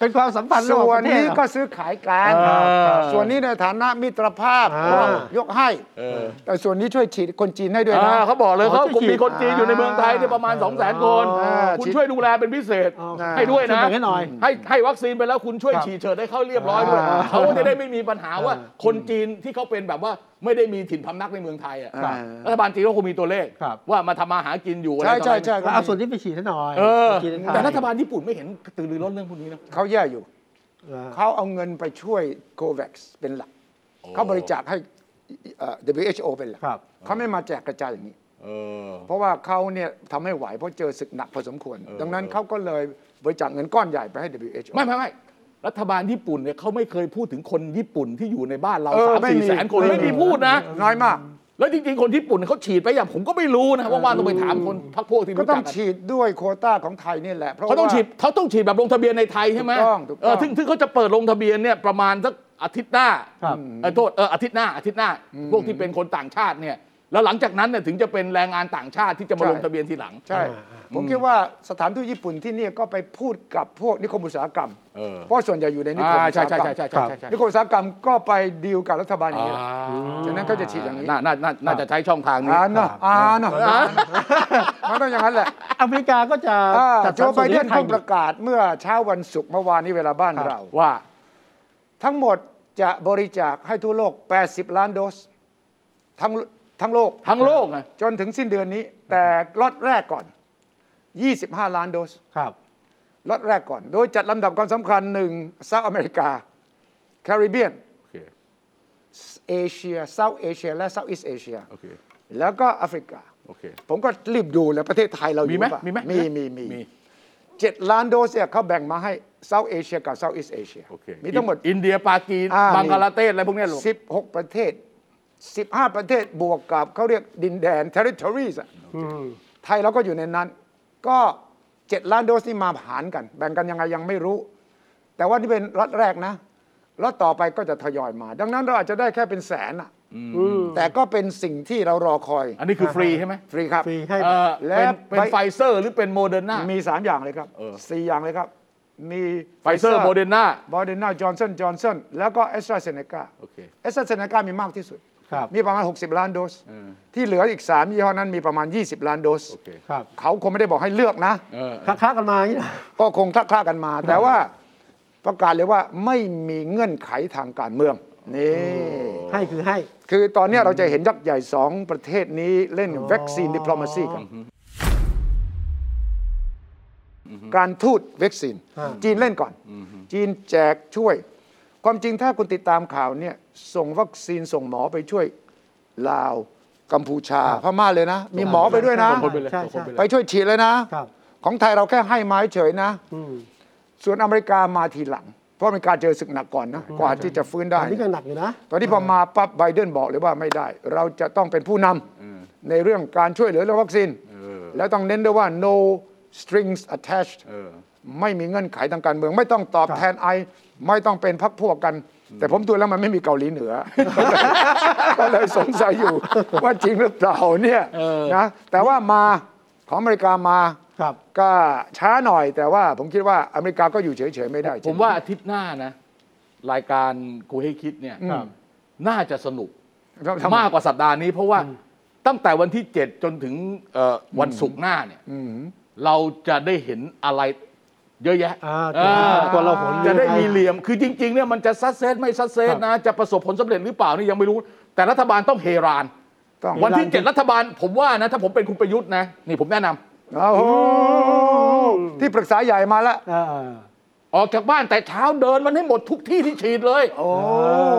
เป็นความสัมพันธ์ระห ส่ว ว่าน งประเทศ นี้ เหรอ ก็ซื้อขายกัน อ่า ครับส่วนนี้ในฐานะมิตรภาพ อ่า ก็ยกให้ เออ แต่ส่วนนี้ช่วยฉีดคนจีนให้ด้วยนะ อ่าเขาบอกเลยเขา อ๋อที่ กลุ่มมีคนจีนอยู่ในเมืองไทยเนี่ยประมาณ 2 0 0 0 0 0 คน อ่า คุณ ฉีด ช่วยดูแลเป็นพิเศษ อ๋อ ให้ด้วยช่นะแบ่งให้หน่อย ให้ให้วัคซีนไปแล้วคุณช่วย ครับ ฉีดเฉิดให้เขาเรียบร้อยด้วย อ่า เขาจะได้ไม่มีปัญหาว่า อ่า คนจีนที่เขาเป็นแบบว่าไม่ได้มีถิ่นพำนักในเมืองไทยอ่ะ ครับ รัฐบาลจีนก็คงมีตัวเลข ครับ ว่ามาทำมาหากินอยู่อะไร ใช่ ต่อ ใช่ อะไร ใช่ แล้วเอาส่วนนี้ไปฉีดให้หน่อย เออ ฉีดให้หน่อย แต่รัฐบาลญี่ปุ่นไม่เห็นกระตือรือร้นเรื่องพวกนี้นะ เขาแย่อยู่ เออ เขาเอาเงินไปช่วยโควัคเป็นหลัก เขาบริจาคให้เอ่อ WHO เป็นหลัก ครับ เขาไม่มาแจกกระจายอย่างนี้ เออ เพราะว่าเขาเนี่ยทำไม่ไหวเพราะเจอศึกหนักพอสมควร เออ ดังนั้นเขาก็เลยบริจาคเงินก้อนใหญ่ไปให้ WHO ไม่ไม่ไม่รัฐบาลญี่ปุ่นเนี่ยเขาไม่เคยพูดถึงคนญี่ปุ่นที่อยู่ในบ้านเรา เออ สาม ไม่ สี่ มี แสนคน ไม่มี ไม่มีพูดนะ น้อยมาก แล้วจริงๆคนญี่ปุ่นเขาฉีดไปอย่างผมก็ไม่รู้นะว่างๆต้องไปถามคนพรรคพวกที่ ก็ รู้ ต้ จั อก ง กัน ฉีดด้วยโควต้าของไทยนี่แหละ เพราะ เขาต้อง ว่า ฉีดเขาต้องฉีดแบบลงทะเบียนในไทยใช่ไหม ถูกต้องถูกต้อง เออถึงถึงเขาจะเปิดลงทะเบียนเนี่ยประมาณสักอาทิตย์หน้า ครับ เออโทษเอออาทิตย์หน้าอาทิตย์หน้าพวกที่เป็นคนต่างชาติเนี่ยแล้วหลังจากนั้นเนี่ยถึงจะเป็นแรงงานต่างชาติที่จะมาลงทะเบียนทีหลัง ใช่ ผมคิดว่าสถานทูตญี่ปุ่นที่เนี่ยก็ไปพูดกับพวกนิคมอุตสาหกรรม เออ เพราะส่วนใหญ่อยู่ในนิคม อ่า อุต ใช่ สาหกร ใช่ รม ใช่ใช่ใช่ใช่ใช่ นิคมอุตสาหกรรมก็ไปดีลกับรัฐบาลอย่างนี้แหละ อ่า ฉะนั้นเขาจะฉีดอย่างนี้ น่าน่าน่าน่าจะใช้ช่องทางนี้ อ่านเนาะอ่านเนาะอ่านเนอะมันต้องอย่างนั้นแหละ อเมริกาก็จะ อ่า จัด โจ สรร ไบ ส่วน เด นี้ น ให้ไทย เพิ่งป นี่ ระกาศเมื่อเช้าวันศุกร์เมื่อวานนี้เวลาบ้าน ครับ เรา ว่า ทั้งหมดจะบริจาคให้ทั่วโลก 80 ล้านโดส ทั้งทั้งโลก ทั้งโลกนะ จนถึงสิ้นเดือนนี้ แต่ล็อตแรกก่อน 25 ล้านโดส ครับ ล็อตแรกก่อน โดยจัดลำดับความสำคัญหนึ่งเซาท์อเมริกา แคริบเบียน โอเค เอเชียเซาท์เอเชียและเซาท์อีสเอเชีย โอเค แล้วก็แอฟริกา โอเค ผมก็รีบดูแล้วประเทศไทยเราอ มี ยู่ ไหม ปะ มีไหม มีมีมี มี เจ็ดล้านโดสเนี่ยเขาแบ่งมาให้เซาท์เอเชียกับเซาท์อีสเอเชีย โอเค มีทั้งหมด อินเดียปากี อ่า บังกลาเทศอะไรพวกเนี้ยลูก 16 ประเทศ 15 ประเทศบวกกับเขาเรียกดินแดน territories อะไทยเราก็อยู่ในนั้น ก็ 7 ล้านโดสนี่มาหารกัน แบ่งกันยังไงยังไม่รู้ แต่ว่านี่เป็นรัฐแรกนะรัฐต่อไปก็จะทยอยมา ดังนั้นเราอาจจะได้แค่เป็นแสนอะแต่ก็เป็นสิ่งที่เรารอคอย อันนี้คือฟรีใช่ไหม ฟรีครับ ฟรีให้ เออ และ เป็นเป็นไฟเซอร์หรือเป็นโมเดอร์นา มี 3 อย่างเลยครับ เออ สี่อย่างเลยครับ มี ไฟเซอร์โมเดอร์นา บอเดนาจอร์นสันจอร์นสันแล้วก็แอสตราเซเนกา โอเค เอสเซเนกามีมากที่สุด ครับ มีประมาณ 60 ล้านโดส เออ ที่เหลืออีก 3 ยี่ห้อนั้นมีประมาณ 20 ล้านโดส โอเค ครับ เขาคงไม่ได้บอกให้เลือกนะ เออ ค้าๆกันมาอย่างนี้นะ ก็คงทักท่ากันมา แต่ว่าประกาศเลยว่าไม่มีเงื่อนไขทางการเมือง นี่ ให้คือให้ คือตอนเนี้ยเราจะเห็นยักษ์ใหญ่ 2 ประเทศนี้เล่นวัคซีนดิปลอมาซีกัน การทูตวัคซีน อ่า จีนเล่นก่อน จีนแจกช่วย ความจริงถ้าคุณติดตามข่าวเนี่ยส่งวัคซีนส่งหมอไปช่วยลาว กัมพูชา พม่าเลยนะ มีหมอไปด้วยนะ ส่งคนไปเลย ใช่ ส่งคใช่นไปเลย ไปช่วยฉีดเลยนะ ครับ ของไทยเราแค่ให้ไม้เฉยนะ อืม ส่วนอเมริกามาทีหลัง เพราะอเมริกาเจอศึกหนักก่อนนะ กว่าที่จะฟื้นได้ อันนี้ก็หนักอยู่นะ ตอนนี้พอมาปั๊บไบเดนบอกเลยว่าไม่ได้ เราจะต้องเป็นผู้นำในเรื่องการช่วยเหลือเรื่องวัคซีน แล้วต้องเน้นด้วยว่า no strings attached เออ ไม่มีเงื่อนไขทางการเมือง ไม่ต้องตอบแทนไอ ไม่ต้องเป็นพักพวกกัน แต่ผมดูแล้วมันไม่มีเกาหลี เหนือ ก็เลยสงสัยอยู่ว่าจริงหรือเปล่าเนี่ย เออ นะแต่ว่ามาของอเมริกามา ครับ ก็ช้าหน่อย แต่ว่าผมคิดว่าอเมริกาก็อยู่เฉยๆไม่ได้จริง ผมว่าอาทิตย์หน้านะ รายการกูให้คิดเนี่ย ครับ น่าจะสนุก ทำไ มากกว่าสัปดาห์นี้ เพราะว่าตั้งแต่วันที่ 7 จนถึงเอ่อวันศุกร์หน้าเนี่ยเราจะได้เห็นอะไรเยอะแยะ อ่า เออ ตัวเราหน จะได้มี เรื่อง เหลี่ยม คือจริง ๆเนี่ยมันจะซัดเซสไม่ซัดเซสนะ จะประสบผลสำเร็จหรือเปล่านี่ยังไม่รู้ แต่รัฐบาลต้องเฮราน ต้อง วันที่เจ็ดรัฐบาลผมว่านะ ถ้าผมเป็นคุณประยุทธ์นะ นี่ผมแนะนำ โอ้โหที่ปรึกษาใหญ่มาแล้ว เออ ออกจากบ้านแต่เช้าเดินมันให้หมดทุกที่ที่ฉีดเลย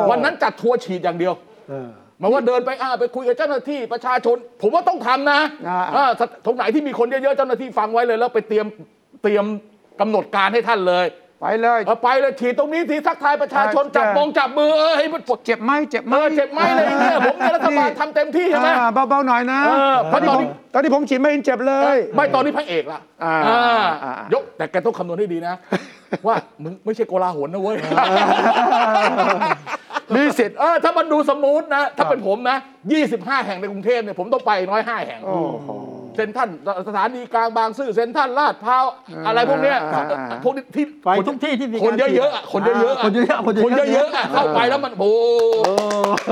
วันนั้นจัดทัวร์ฉีดอย่างเดียว เออ หมายว่าเดินไปอ่าไปคุยกับเจ้าหน้าที่ประชาชน ผมว่าต้องทำนะ อ่า อ่าตรงไหนที่มีคนเยอะๆเจ้าหน้าที่ฟังไว้เลยแล้วไปเตรียมเตรียมกำหนดการให้ท่านเลย ไปเลย เอาไปเลยฉีดตรงนี้ทีทักทายประชาชน ใช่ จับมองจับมือเออให้มันปลด เจ็บไหมเจ็บไหม เออเจ็บไหมอะไรอย่างเงี้ยผมเนี่ยรัฐบาลทำเต็มที่ใช่ไหม อ่าเบาๆหน่อยนะ เออเพราะตอนนี้ ผมตอนนี้ผมฉีดไม่เห็นเจ็บเลย ไม่ตอนนี้พระเอกละ อ่า อ่า อ่าย กแต่แกต้องคำนวณให้ดีนะ ว่ามึงไม่ใช่โกลาหลนะเว้ย มีสิทธิ์ เออถ้ามันดูสมูทนะ ถ้าเป็นผมนะ 25 แห่งในกรุงเทพเนี่ยผมต้องไปน้อย 5 แห่ง โอ้โห เซ็นทรัลสถานีกลางบางซื่อเซ็นทรัลลาดพร้าวอะไรพวกเนี้ย อ่าอ่าอ่า พวกนี้ที่ ไปทุกที่ที่มี คน การ เย ฉี อะ ด ๆอะคนเยอะๆอะ คนเยอะๆคนเยอะๆ คนเยอะๆอะเข้าไปแล้วมันโอ้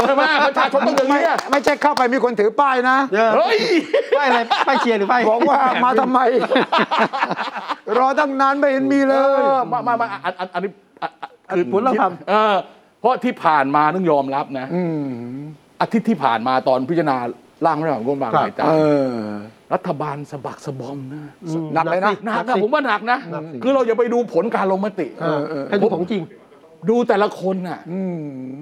ใช่ไหมประชาชนต้องอย่าง ไม่ นี้อะ ไม่ใช่เข้าไปมีคนถือป้ายนะ เออ เฮ้ย ไปอะไรไปเชียร์หรือไป บอกว่ามาทำ ไม รอตั้งนานไม่เห็นมีเล เอย อมามามาอันอันอันนี้อ่ะอ่ะคือ ผลเราทำ เออเพราะที่ผ่านมาต้องยอมรับนะอาทิตย์ที่ผ่านมาตอนพิจารณาร่างพระราชบัญญัติงบประมาณรายจ่า เอย อ รัฐบาลสะบักสะบอมนะ หนักเลยนะ หนักนะผมว่าหนักนะ คือเราอย่าไปดูผลการลงมติ เออให้ดูของจริง ดูแต่ละคนน่ะ อืม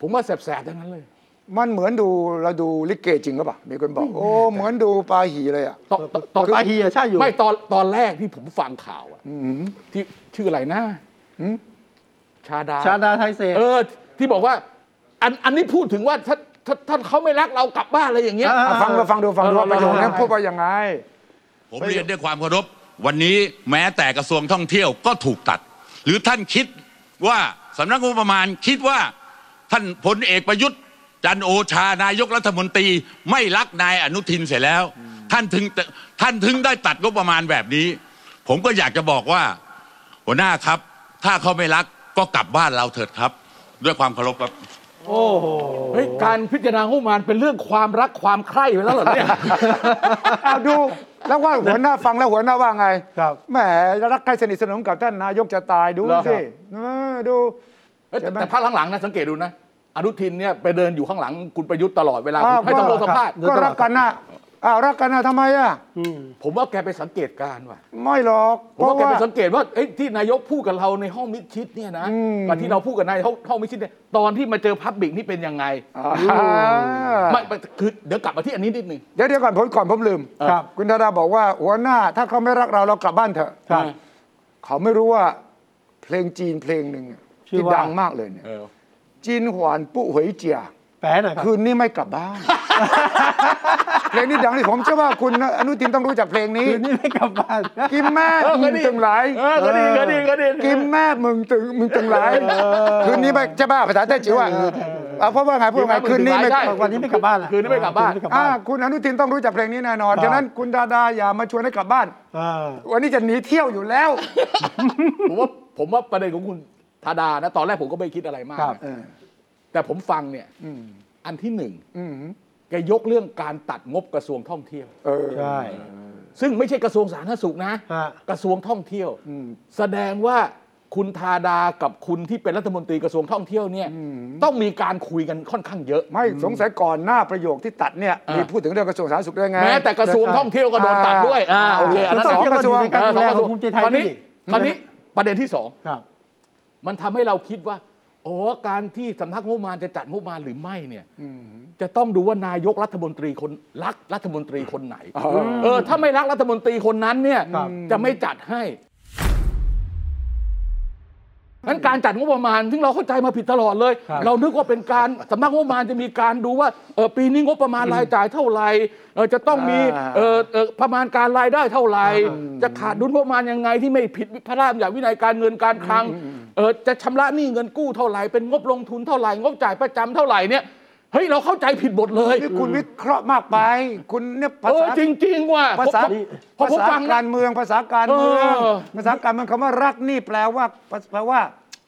ผมว่าแสบๆทั้งนั้นเลย มันเหมือนดูเราดูลิเกจริงหรือเปล่ามีคนบอก โอ้ เหมือนดูปลาหีเลยอ่ะ ตอนตอนตอน ปาฮีอะใช่อยู่ ไม่ตอนตอนแรกที่ผมฟังข่าวอะที่ชื่ออะไรนะ อืม ชาดา ชาดาไทยเศรษฐ์ เออ ที่บอกว่า อันอันนี้พูดถึงว่าถ้าถ้าถ้าเขาไม่รักเรากลับบ้านอะไรอย่างเงี้ย อ่า อ่ะฟังดูฟังดูฟังดูว่าประโยคนั้นพูดว่ายังไง ผมเรียนด้วยความเคารพวันนี้แม้แต่กระทรวงท่องเที่ยวก็ถูกตัด หรือท่านคิดว่าสำนักงบประมาณคิดว่าท่านพลเอกประยุทธ์ จันทร์โอชานายกรัฐมนตรีไม่รักนายอนุทินเสียแล้ว ท่านถึงท่านถึงได้ตัดงบประมาณแบบนี้ ผมก็อยากจะบอกว่า หัวหน้าครับ ถ้าเขาไม่รักก็กลับบ้านเราเถิดครับ ด้วยความเคารพครับ โอ้โห เฮ้ยการพิจารณางบประมาณเป็นเรื่องความรักความใคร่ไปแล้วเหรอเนี่ย เอาดูแล้วว่าหัวหน้าฟังแล้วหัวหน้าว่าไง ครับ แหมรักใครสนิทสนมกับท่านนายกจะตายดู เหรอครั สิ บ เออดู เอ้ยแต่ ใช่ไหม แต่ภาคหลังๆนะสังเกตดูนะ อนุทินเนี่ยไปเดินอยู่ข้างหลังคุณประยุทธ์ตลอดเวลา อ้าว ให้สัมภาษณ์สัมภาษณ์ เดี๋ยว ก็ ตลอด รักกันนะอ้าวรักกันนะทำไมอ่ะ อืม ผมว่าแกไปสังเกตการณ์ว่ะ ไม่หรอก ผมว่าแก ว่า ไปสังเกตว่าเอ้ยที่นายกพูดกับเราในห้องมิดชิดเนี่ยนะกับที่เราพูดกับนายห้องห้องมิดชิดเนี่ยตอนที่มาเจอพับบิกนี่เป็นยังไง อ่า ไม่ไม่คือเดี๋ยวกลับมาที่อันนี้นิดนึง เดี๋ยวเดี๋ยวก่อนผมก่อนผมลืม ครับ คุณธดาบอกว่าหัวหน้าถ้าเขาไม่รักเราเรากลับบ้านเถอะ ครับ เขาไม่รู้ว่าเพลงจีนเพลงหนึ่งอะ ชื่ ที่ อว่า ดังมากเลยเนี่ยจีนหวานปุ้เหวยเจีย แปลหน่อยครับ คืนนี้ไม่กลับบ้าน เพลงนี้ดังที่ผมเชื่อว่าคุณอนุทินต้องรู้จักเพลงนี้ คืนนี้ไม่กลับบ้าน กิมแม่ เออ มึ ก็ ง ดี ตึงหลาย เออก็ดีก็ดีก็ดี กิมแม่มึงตึงมึงตึงหลายคืนนี้ไม่จะบ้าภาษาไต้จิ๋วอ่ะเอาเพราะว่าไงพูดไงคืนนี้ไม่ ใช่ วันนี้ไม่กลับบ้านอะ คืนนี้ไม่กลับบ้าน คืนนี้ไม่กลับ อ่าคุณอนุทินต้องรู้จักเพลงนี้แน่นอน ครับ ฉะนั้นคุณดาดาอย่ามาชวนให้กลับบ้าน เออ วันนี้จะหนีเที่ยวอยู่แล้ว ผมว่าผมว่าประเด็นของคุณธาดานะตอนแรกผมก็ไม่คิดอะไรมาก ครับ นะแต่ผมฟังเนี่ยอันที่หนึ่ง อืม แกยกเรื่องการตัดงบกระทรวงท่องเที่ยว เออ ใช่ ซึ่งไม่ใช่กระทรวงสาธารณสุขนะ ฮะ กระทรวงท่องเที่ยว แสดงว่าคุณธาดากับคุณที่เป็นรัฐมนตรีกระทรวงท่องเที่ยวเนี่ย ต้องมีการคุยกันค่อนข้างเยอะ ไม่สงสัยก่อนหน้าประโยคที่ตัดเนี่ย อ่ามี มีพูดถึงเรื่องกระทรวงสาธารณสุขด้วยไง แม้แต่กระทรวงท่องเที่ยวก็โดนตัดด้วยอ่าโอเคอันนั้น คือ ส ท่ อ อง งเที่ยว ก ก็ ระท อ ร ยู่ในการดูแลขวงองภูมิใจไทย ตอนนี้ ด้วยดิ ตอนนี้ประเด็นที่สอง ครับ มันทำให้เราคิดว่าอ๋อการที่สำนักงบประมาณจะจัดงบประมาณหรือไม่เนี่ยจะต้องดูว่านายกรัฐมนตรีคนรักรัฐมนตรีคนไหนเออถ้าไม่รักรัฐมนตรีคนนั้นเนี่ย ครับ จะไม่จัดให้งั้นการจัดงบประมาณซึ่งเราเข้าใจมาผิดตลอดเลย ครับ เรานึกว่าเป็นการสำนักงบประมาณจะมีการดูว่าเออปีนี้งบประมาณรายจ่ายเท่าไหร่เออจะต้องมี อ่า เออเออประมาณการรายได้เท่าไหร่ อ่า จะขาดดุลงบประมาณยังไงที่ไม่ผิดพระราชบัญญัติวินัยการเงินการคลังเออจะชำระหนี้เงินกู้เท่าไหร่เป็นงบลงทุนเท่าไหร่งบจ่ายประจำเท่าไหร่เนี่ยเฮ้ยเราเข้าใจผิดหมดเลย นี่คุณวิเคราะห์มากไป คุณเนี่ยภา เออ ษา จริง ๆ ว่ะ ภาษา พอ ภา ผม ษา ฟัง กา นะ รเมืองภาษาการเมือง เออ ภาษาการเมืองคำว่ารักนี่แปลว่าแปลว่า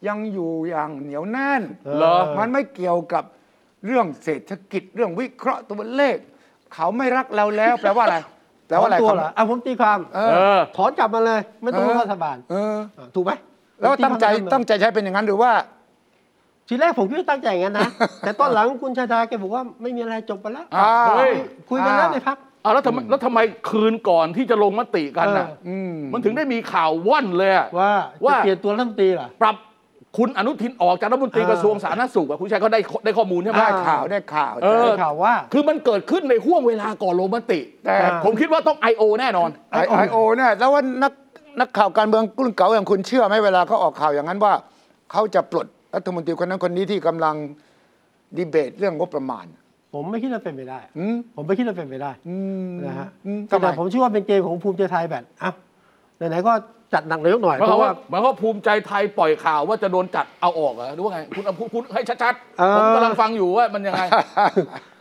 ยังอยู่อย่างเหนียวแน่น เหรอ มันไม่เกี่ยวกับเรื่องเศรษฐกิจเรื่องวิเคราะห์ตัวเลข เขาไม่รักเราแล้ว แปลว่าอะไร แปลว่าอะไร ถอน ค ตัวรัเหรออ่ะผมตีความ เอ เอ อ อ ถอนกลับมาเลย ไม่ต้องรู้รัฐบาล เออ อ่ะถูกไหม แล้วตั้งใจตั้งใจใช้เป็นอย่างนั้นหรือว่า ทีแรกผมคิดว่าตั้งใจอย่างนั้นนะ แต่ตอนหลังคุณชาดาแกบอกว่าไม่มีอะไรจบไปแล้ว อ่า เฮ้ย คุยกันแล้ว อ่า ในพัก อ่ะแล้วทำไมแล้วทำไมคืนก่อนที่จะลงมติกันน่ะ เออ อืม มันถึงได้มีข่าวว่อนเลยอะ ว่าจะ ว่า เปลี่ยนตัวรัฐมนตรีเหรอ ปรับคุณอนุทินออกจากรัฐมนตรี เออก ระทรวงสาธารณสุขอะคุณชัยเขาได้ได้ข้อมูลใช่ไหม ได้ อ่า ข่าวได้ข่าว เออ ได้ข่าวว่า คือมันเกิดขึ้นในห่วงเวลาก่อนลงมติ แต่ อ่า ผมคิดว่าต้อง I.O. แน่นอน ไอไอโอเนี่ยแล้วว่านักนักข่าวการเมืองรุ่นเก่าอย่างคุณเชื่อไหมเวลาเขาออกข่าวอย่างนั้นว่า เขาจะปลดรัฐมนตรีคนนั้นคนนี้ที่กำลังดีเบตเรื่องงบประมาณ ผมไม่คิดว่าเป็นไปได้ อืม ผมไม่คิดว่าเป็นไปได้ อืม นะฮะ อืมทำไม แต่ผมเชื่อว่าเป็นเกมของภูมิใจไทยแบบอ่ะไหนๆก็ จัดหนักนายกหน่อย หมาย เพ ความ ราะ ว่า ว่า หมายความว่าภูมิใจไทยปล่อยข่าวว่าจะโดนจัดเอาออกเหรอหรือว่าไงคุณเอาพูดพูดให้ชัด เออ ๆผมกำลังฟังอยู่ว่ามันยังไง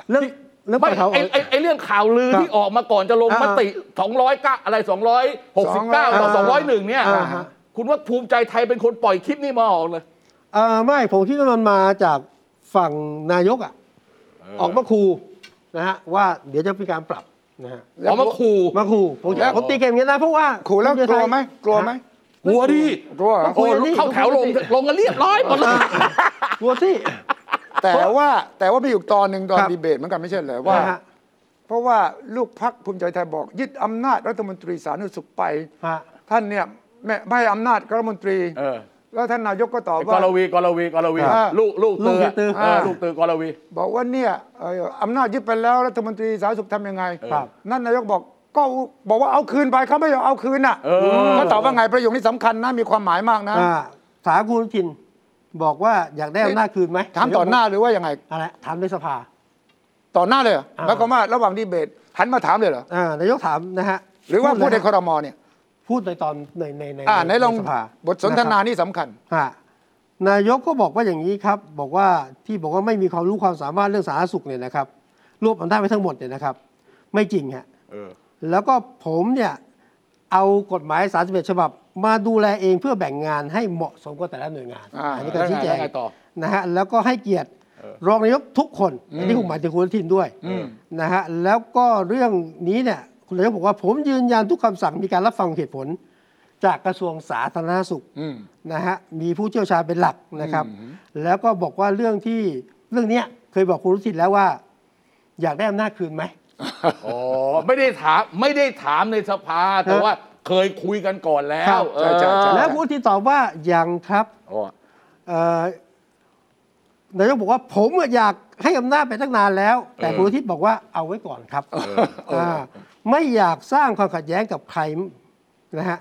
เรื่องเรื่อง ไม่ ปัญหา ไอ้ไอ้ไอ้เรื่องข่าวลือ ครับ ที่ออกมาก่อนจะลง อ่าม ติ200กะอะไร 269 ต่อ อ่า 201 เนี่ย อ่าฮะ คุณว่าภูมิใจไทยเป็นคนปล่อยคลิปนี้มาออกเลย เอ่อไม่ผมคิดว่ามันมาจากฝั่งนายกอ่ะออกมาคูนะฮะว่าเดี๋ยวจะมีการปรับนะฮะ ออกมาขู่ มาคูผม แล้ว ผมตีเกมอย่างนี้นะเพราะว่า ขู่แล้วกลัวไหมกลัวไหม กลัวดิ กลัวเหรอ โอ้เข้าแถวลงลงกันเรียบร้อยหมดเลย กลัวสิ แต่ว่าแต่ว่ามีอยู่ตอนหนึ่งตอน ครับ ดีเบตเหมือนกันไม่ใช่เหรอว่า นะฮะ เพราะว่าลูกพักภูมิใจไทยบอก ยึดอำนาจรัฐมนตรีสาธารณสุขไป ฮะ ท่านเนี่ยไม่ไม่ให้อำนาจรัฐมนตรี เออ แล้วท่านนายกก็ตอบ ก ว่า รวีกรวีกรวี อ่า ลูกลูก ลูกตือ ตือ เออลูกตือกรวี บอกว่าเนี่ยเอ่ออำนาจยึดไปแล้วรัฐมนตรีสาธารณสุขทำยังไง ครับ นั่นนายกบอกก็บอกว่าเอาคืนไปเขาไม่ยอมเอาคืนน่ะ เออ เขาตอบว่าไงประโยคนี้สำคัญนะมีความหมายมากนะ อ่าสาคุณทินบอกว่าอยากได้อำนาจคืนไหม ถามต่อหน้าหรือว่ายังไง อะไรถามในสภา ต่อหน้าเลยเหรอ อ่า หมายความว่าระหว่างดีเบตหันมาถามเลยเหรอ อ่านายกถามนะฮะ หรือว่าพูดใน เลย ค ฮะ รมเนี่ย พูดในตอนในในใน อ่าในลอง สภา บทสนทะนาครับ นี่สำคัญ ฮะนายกก็บอกว่าอย่างนี้ครับ บอกว่าที่บอกว่าไม่มีความรู้ความสามารถเรื่องสาธารณสุขเนี่ยนะครับ รวบอำนาจไว้ทั้งหมดเนี่ยนะครับ ไม่จริงฮะ เออ แล้วก็ผมเนี่ยเอากฎหมาย31ฉบับ มาดูแลเองเพื่อแบ่งงานให้เหมาะสมกับแต่ละหน่วยงาน อ่า นี้การชี้แจง แล้วไงต่อ นะฮะแล้วก็ให้เกียรติรองนายกทุกคนอันนี้ผมหมายถึงคุณอนุทินด้วยนะฮะแล้วก็เรื่องนี้เนี่ยคุณนายกบอกว่าผมยืนยันทุกคำสั่งมีการรับฟังเหตุผล จากกระทรวงสาธารณสุข อืม นะฮะมีผู้เชี่ยวชาญเป็นหลักนะครับ แล้วก็บอกว่าเรื่องที่เรื่องเนี้ยเคยบอกคุณอนุทินแล้วว่า อยากได้อำนาจคืนไหม อ๋อไม่ได้ถามไม่ได้ถามในสภาแต่ว่าเคยคุยกันก่อนแล้ ครั ว บ เออ ใช่ใช่ แล้วคุณอนุทินตอบว่ายังครับ อ๋อ เอ่อนายกบอกว่าผมอะอยากให้อำนาจไปตั้งนานแล้ว แต่ เออ คุณอาทิตย์บอกว่าเอาไว้ก่อนครับ เออ อ่าไม่อยากสร้างความขัดแย้งกับใครนะฮะ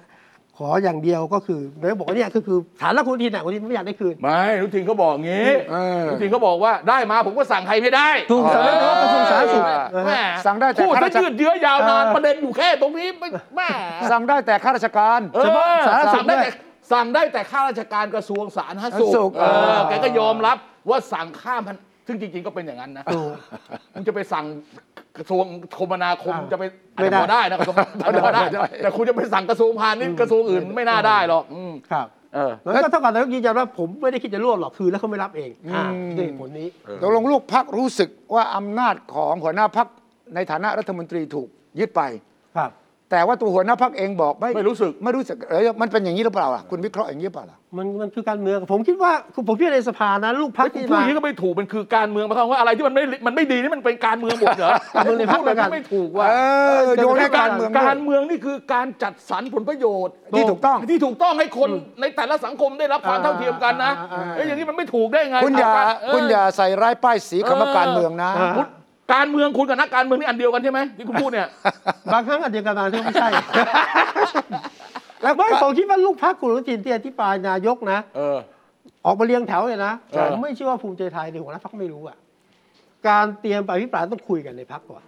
ขออย่างเดียวก็คือนายกบอกว่าเนี่ยก็คือฐานละคุณทินน่ะคุณทินไม่อยากได้คืน ไม่อนุทินเขาบอกงี้ เออ อนุทินเขาบอกว่าได้มาผมก็สั่งใครไม่ได้ ถูกสำนักงานกระทรวงสาธารณสุข แม่ สั่งได้แต่ พูดถ้าข้าราชการ ยืดเยื้อยาวนาน เออ ประเด็นอยู่แค่ตรงนี้ไม่แม่ สั่งได้แต่ข้าราชการ เออ เฉพาะสาธารณสุ สั่ ข งได้ ด้วย แต่สั่งได้แต่ข้าราชการกระทรวงสาธารณสุ สุ ข ข เอ เอ อ อ แกก็ยอมรับว่าสั่งข้ามพันซึ่งจริง ๆ ก็เป็นอย่างนั้นนะ ถูก คุณจะไปสั่งกระทรวงคมนาคม อ่า จะไป ไม่ได้ พอได้นะกระทรวงพอได้แต่คุณจะไปสั่งกระทรวงพาณิชย์กระทรวงอื่นไม่น่าได้หรอกอืม ครับ เออ แล้วก็เท่ากับนายกยืนยันว่าผมไม่ได้คิดจะร่วมหรอกคือแล้วเขาไม่รับเองอ่า อืม ด้วยเหตุผลนี้ ตกลงลูกพักรู้สึกว่าอำนาจของหัวหน้าพักในฐานะรัฐมนตรีถูกยึดไป ครับ แต่ว่าตัวหัวหน้าพักเองบอกไม่ ไม่รู้สึก ไม่รู้สึกเออมันเป็นอย่างนี้หรือเปล่าล่ะคุณวิเคราะห์อย่างนี้หรือเปล่าล่ะ มันมันคือการเมืองผมคิดว่าผมคิดว่าในสภานะลูกพัก พูด ที่ อ มา ย่างนี้ก็ไม่ถูกมันคือการเมืองหมายความว่าอะไรที่มันไม่มันไม่ดีนี่มันเป็นการเมืองหมดเหรอ การเมืองในพรรค พูดแบบ แล้วกัน นี้ไม่ถูกว่า เออโยนให้การเมืองด้วย การเมืองนี่คือการจัดสรรผลประโยชน์ ที่ถูกต้อง ที่ถูกต้องให้คนในแต่ละสังคมได้รับความเท่าเทียมกันนะ อ่าอ่าอ่า เอ้ยอย่างนี้มันไม่ถูกได้ไง คุณอย่า เกรเ คุณอย่าใส่ร้ายป้ายสีคำว่าการเมืองนะ เออ คุณการเมืองคุณกับนักการเมืองนี่อันเดียวกันใช่ไหมที่คุณพูดเนี่ย บางครั้งอาจจะกลับมาที่ไม่ ใช่ แล้วไม่ผมคิดว่าลูกพักคุณอนุทินที่อธิบายนายกนะ เออ ออกมาเรียงแถวเลยนะ เออ ผมไม่เชื่อว่าภูมิใจไทยในหัวหน้าพักไม่รู้อ่ะ การเตรียมไปพิปรายต้องคุยกันในพักก่อน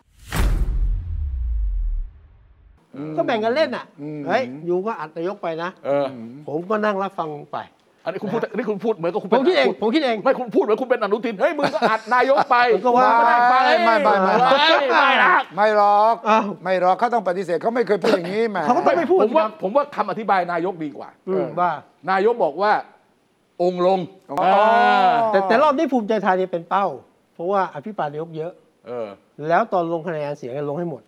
ก็แบ่งกันเล่นอ่ะ เฮ้ยยูก็อัดนายกไปนะ เออ ผมก็นั่งรับฟังไป อันนี้คุณพูดอันนี้คุณพูดเหมือนกับคุณ ผ ป็น มคิดเอง ผมคิดเอง ไม่คุณพูดเหมือนคุณเป็นอนุทินเฮ้ยมึงก็อัดนายกไป ผมก็ว่า งด้ไป ไม่ไม่ไม่ไม่ ไม่นะ ไม่หรอก อ้าว ไม่หรอกเขาต้องปฏิเสธเขาไม่เคยพูดอย่างนี้แหม เขาก็ต้องไม่พูด ผมว่า ครับ ผมว่าคำอธิบายนายกดีกว่า อืมว่า นายกบอกว่า องค์ลง อ๋อ เออ แต่แต่รอบนี้ภูมิใจไทยเนี่ยเป็นเป้า เพราะว่าอภิปรายนายกเยอะ เออ แล้วตอนลงคะแนนเสียงลงให้หมด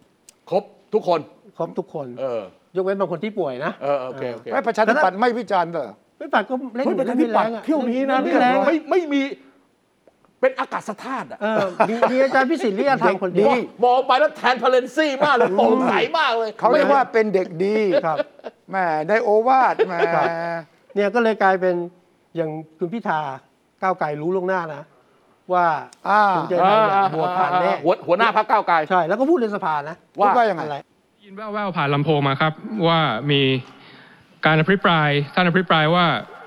ครบทุกคน ครบทุกคน เออ ยกเว้นบางคนที่ป่วยนะ เออโอเคโอเค ไม่ประชาธิปัตย์ไม่วิจารณ์เหรอ ไม่ปัดก็เล่น เฮ้ยประชาธิปัตย์เที่ยวนี้นะ ไม่ เนี่ย แรงอะ ไม่ไม่มี เป็นอากาศธาตุอ่ะ เออมีมีอาจารย์พิสิทธิ์เรียทำคนเดียว ดี มองไปแล้วแทนพาเลนซี่มากเลยโปร่งใสมากเลย เขาเรียกว่าเป็นเด็กดี ครับ แหมได้โอวาทแหม ครับ เนี่ยก็เลยกลายเป็นอย่างคุณพิธาก้าวไกลรู้ล่วงหน้านะ ว่า อ่า ภูมิใจ เอ ไทย อ เนี่ยบวกผ่านแน่ หัวหัวหน้าพักก้าวไกล ใช่แล้วก็พูดในสภานะ พูดว่ายังไง อะไร ได้ยินแว่วๆผ่านลำโพงมาครับ ว่ามีการอภิปรายท่านอภิปรายว่า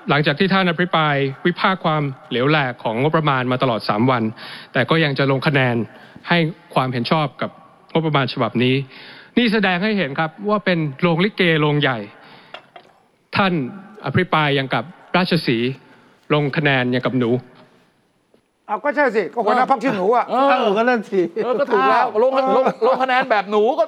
หลังจากที่ท่านอภิปรายวิพากษ์ความเหลวแหลกของงบประมาณมาตลอด 3 วัน แต่ก็ยังจะลงคะแนนให้ความเห็นชอบกับงบประมาณฉบับนี้ นี่แสดงให้เห็นครับว่าเป็นโรงลิเกโรงใหญ่ ท่านอภิปรายอย่างกับราชสีห์ลงคะแนนอย่างกับหนู เอาก็ใช่สิก็หัวหน้าพักชื่อหนูอ่ะ เอ เอ อ อก็นั่นสิ เออก็ถูกแล้วลงลงลงคะแนนแบบหนูก็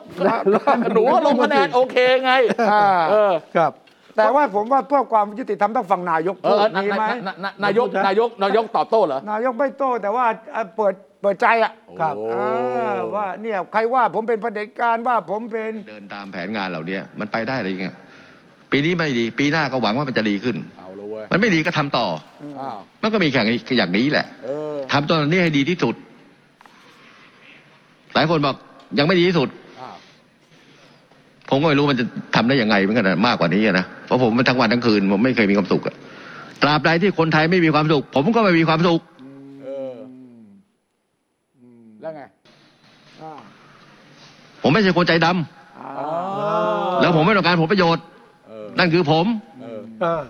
หนูก็ลงคะแนนโอเคไง อ่า เออ ครับ แต่ว่าผมว่าเพื่อความยุติธรรมต้องฟังนายก เอ พู อ ด เออ ดีไหม นานานานายกนายกนายกตอบโต้เหรอ นายกไม่โต้แต่ว่าเอ่อเปิดเปิดใจอ่ะ ครับ โอ้ อ่าว่าเนี่ยใครว่าผมเป็นเผด็จการว่าผมเป็น เดินตามแผนงานเหล่านี้มันไปได้หรือยังไงปีนี้ไม่ดี ปีหน้าก็หวังว่ามันจะดีขึ้น เอาเลยเว้ย มันไม่ดีก็ทำต่อ อ้าว มันก็มีแข่งอย่างนี้แหละ เออ ทำตอนนี้ให้ดีที่สุด หลายคนบอกยังไม่ดีที่สุด อ้าว ผมก็ไม่รู้มันจะทำได้ยังไงเหมือนกันนะมากกว่านี้อะนะเพราะผมมันทั้งวันทั้งคืนผมไม่เคยมีความสุขอะตราบใดที่คนไทยไม่มีความสุข ผมก็ไม่มีความสุข เอออแล้วไง ผมไม่ใช่คนใจดำแล้วผมไม่ต้องการผลประโยชน์ เออ นั่นคือผม เออ อ่า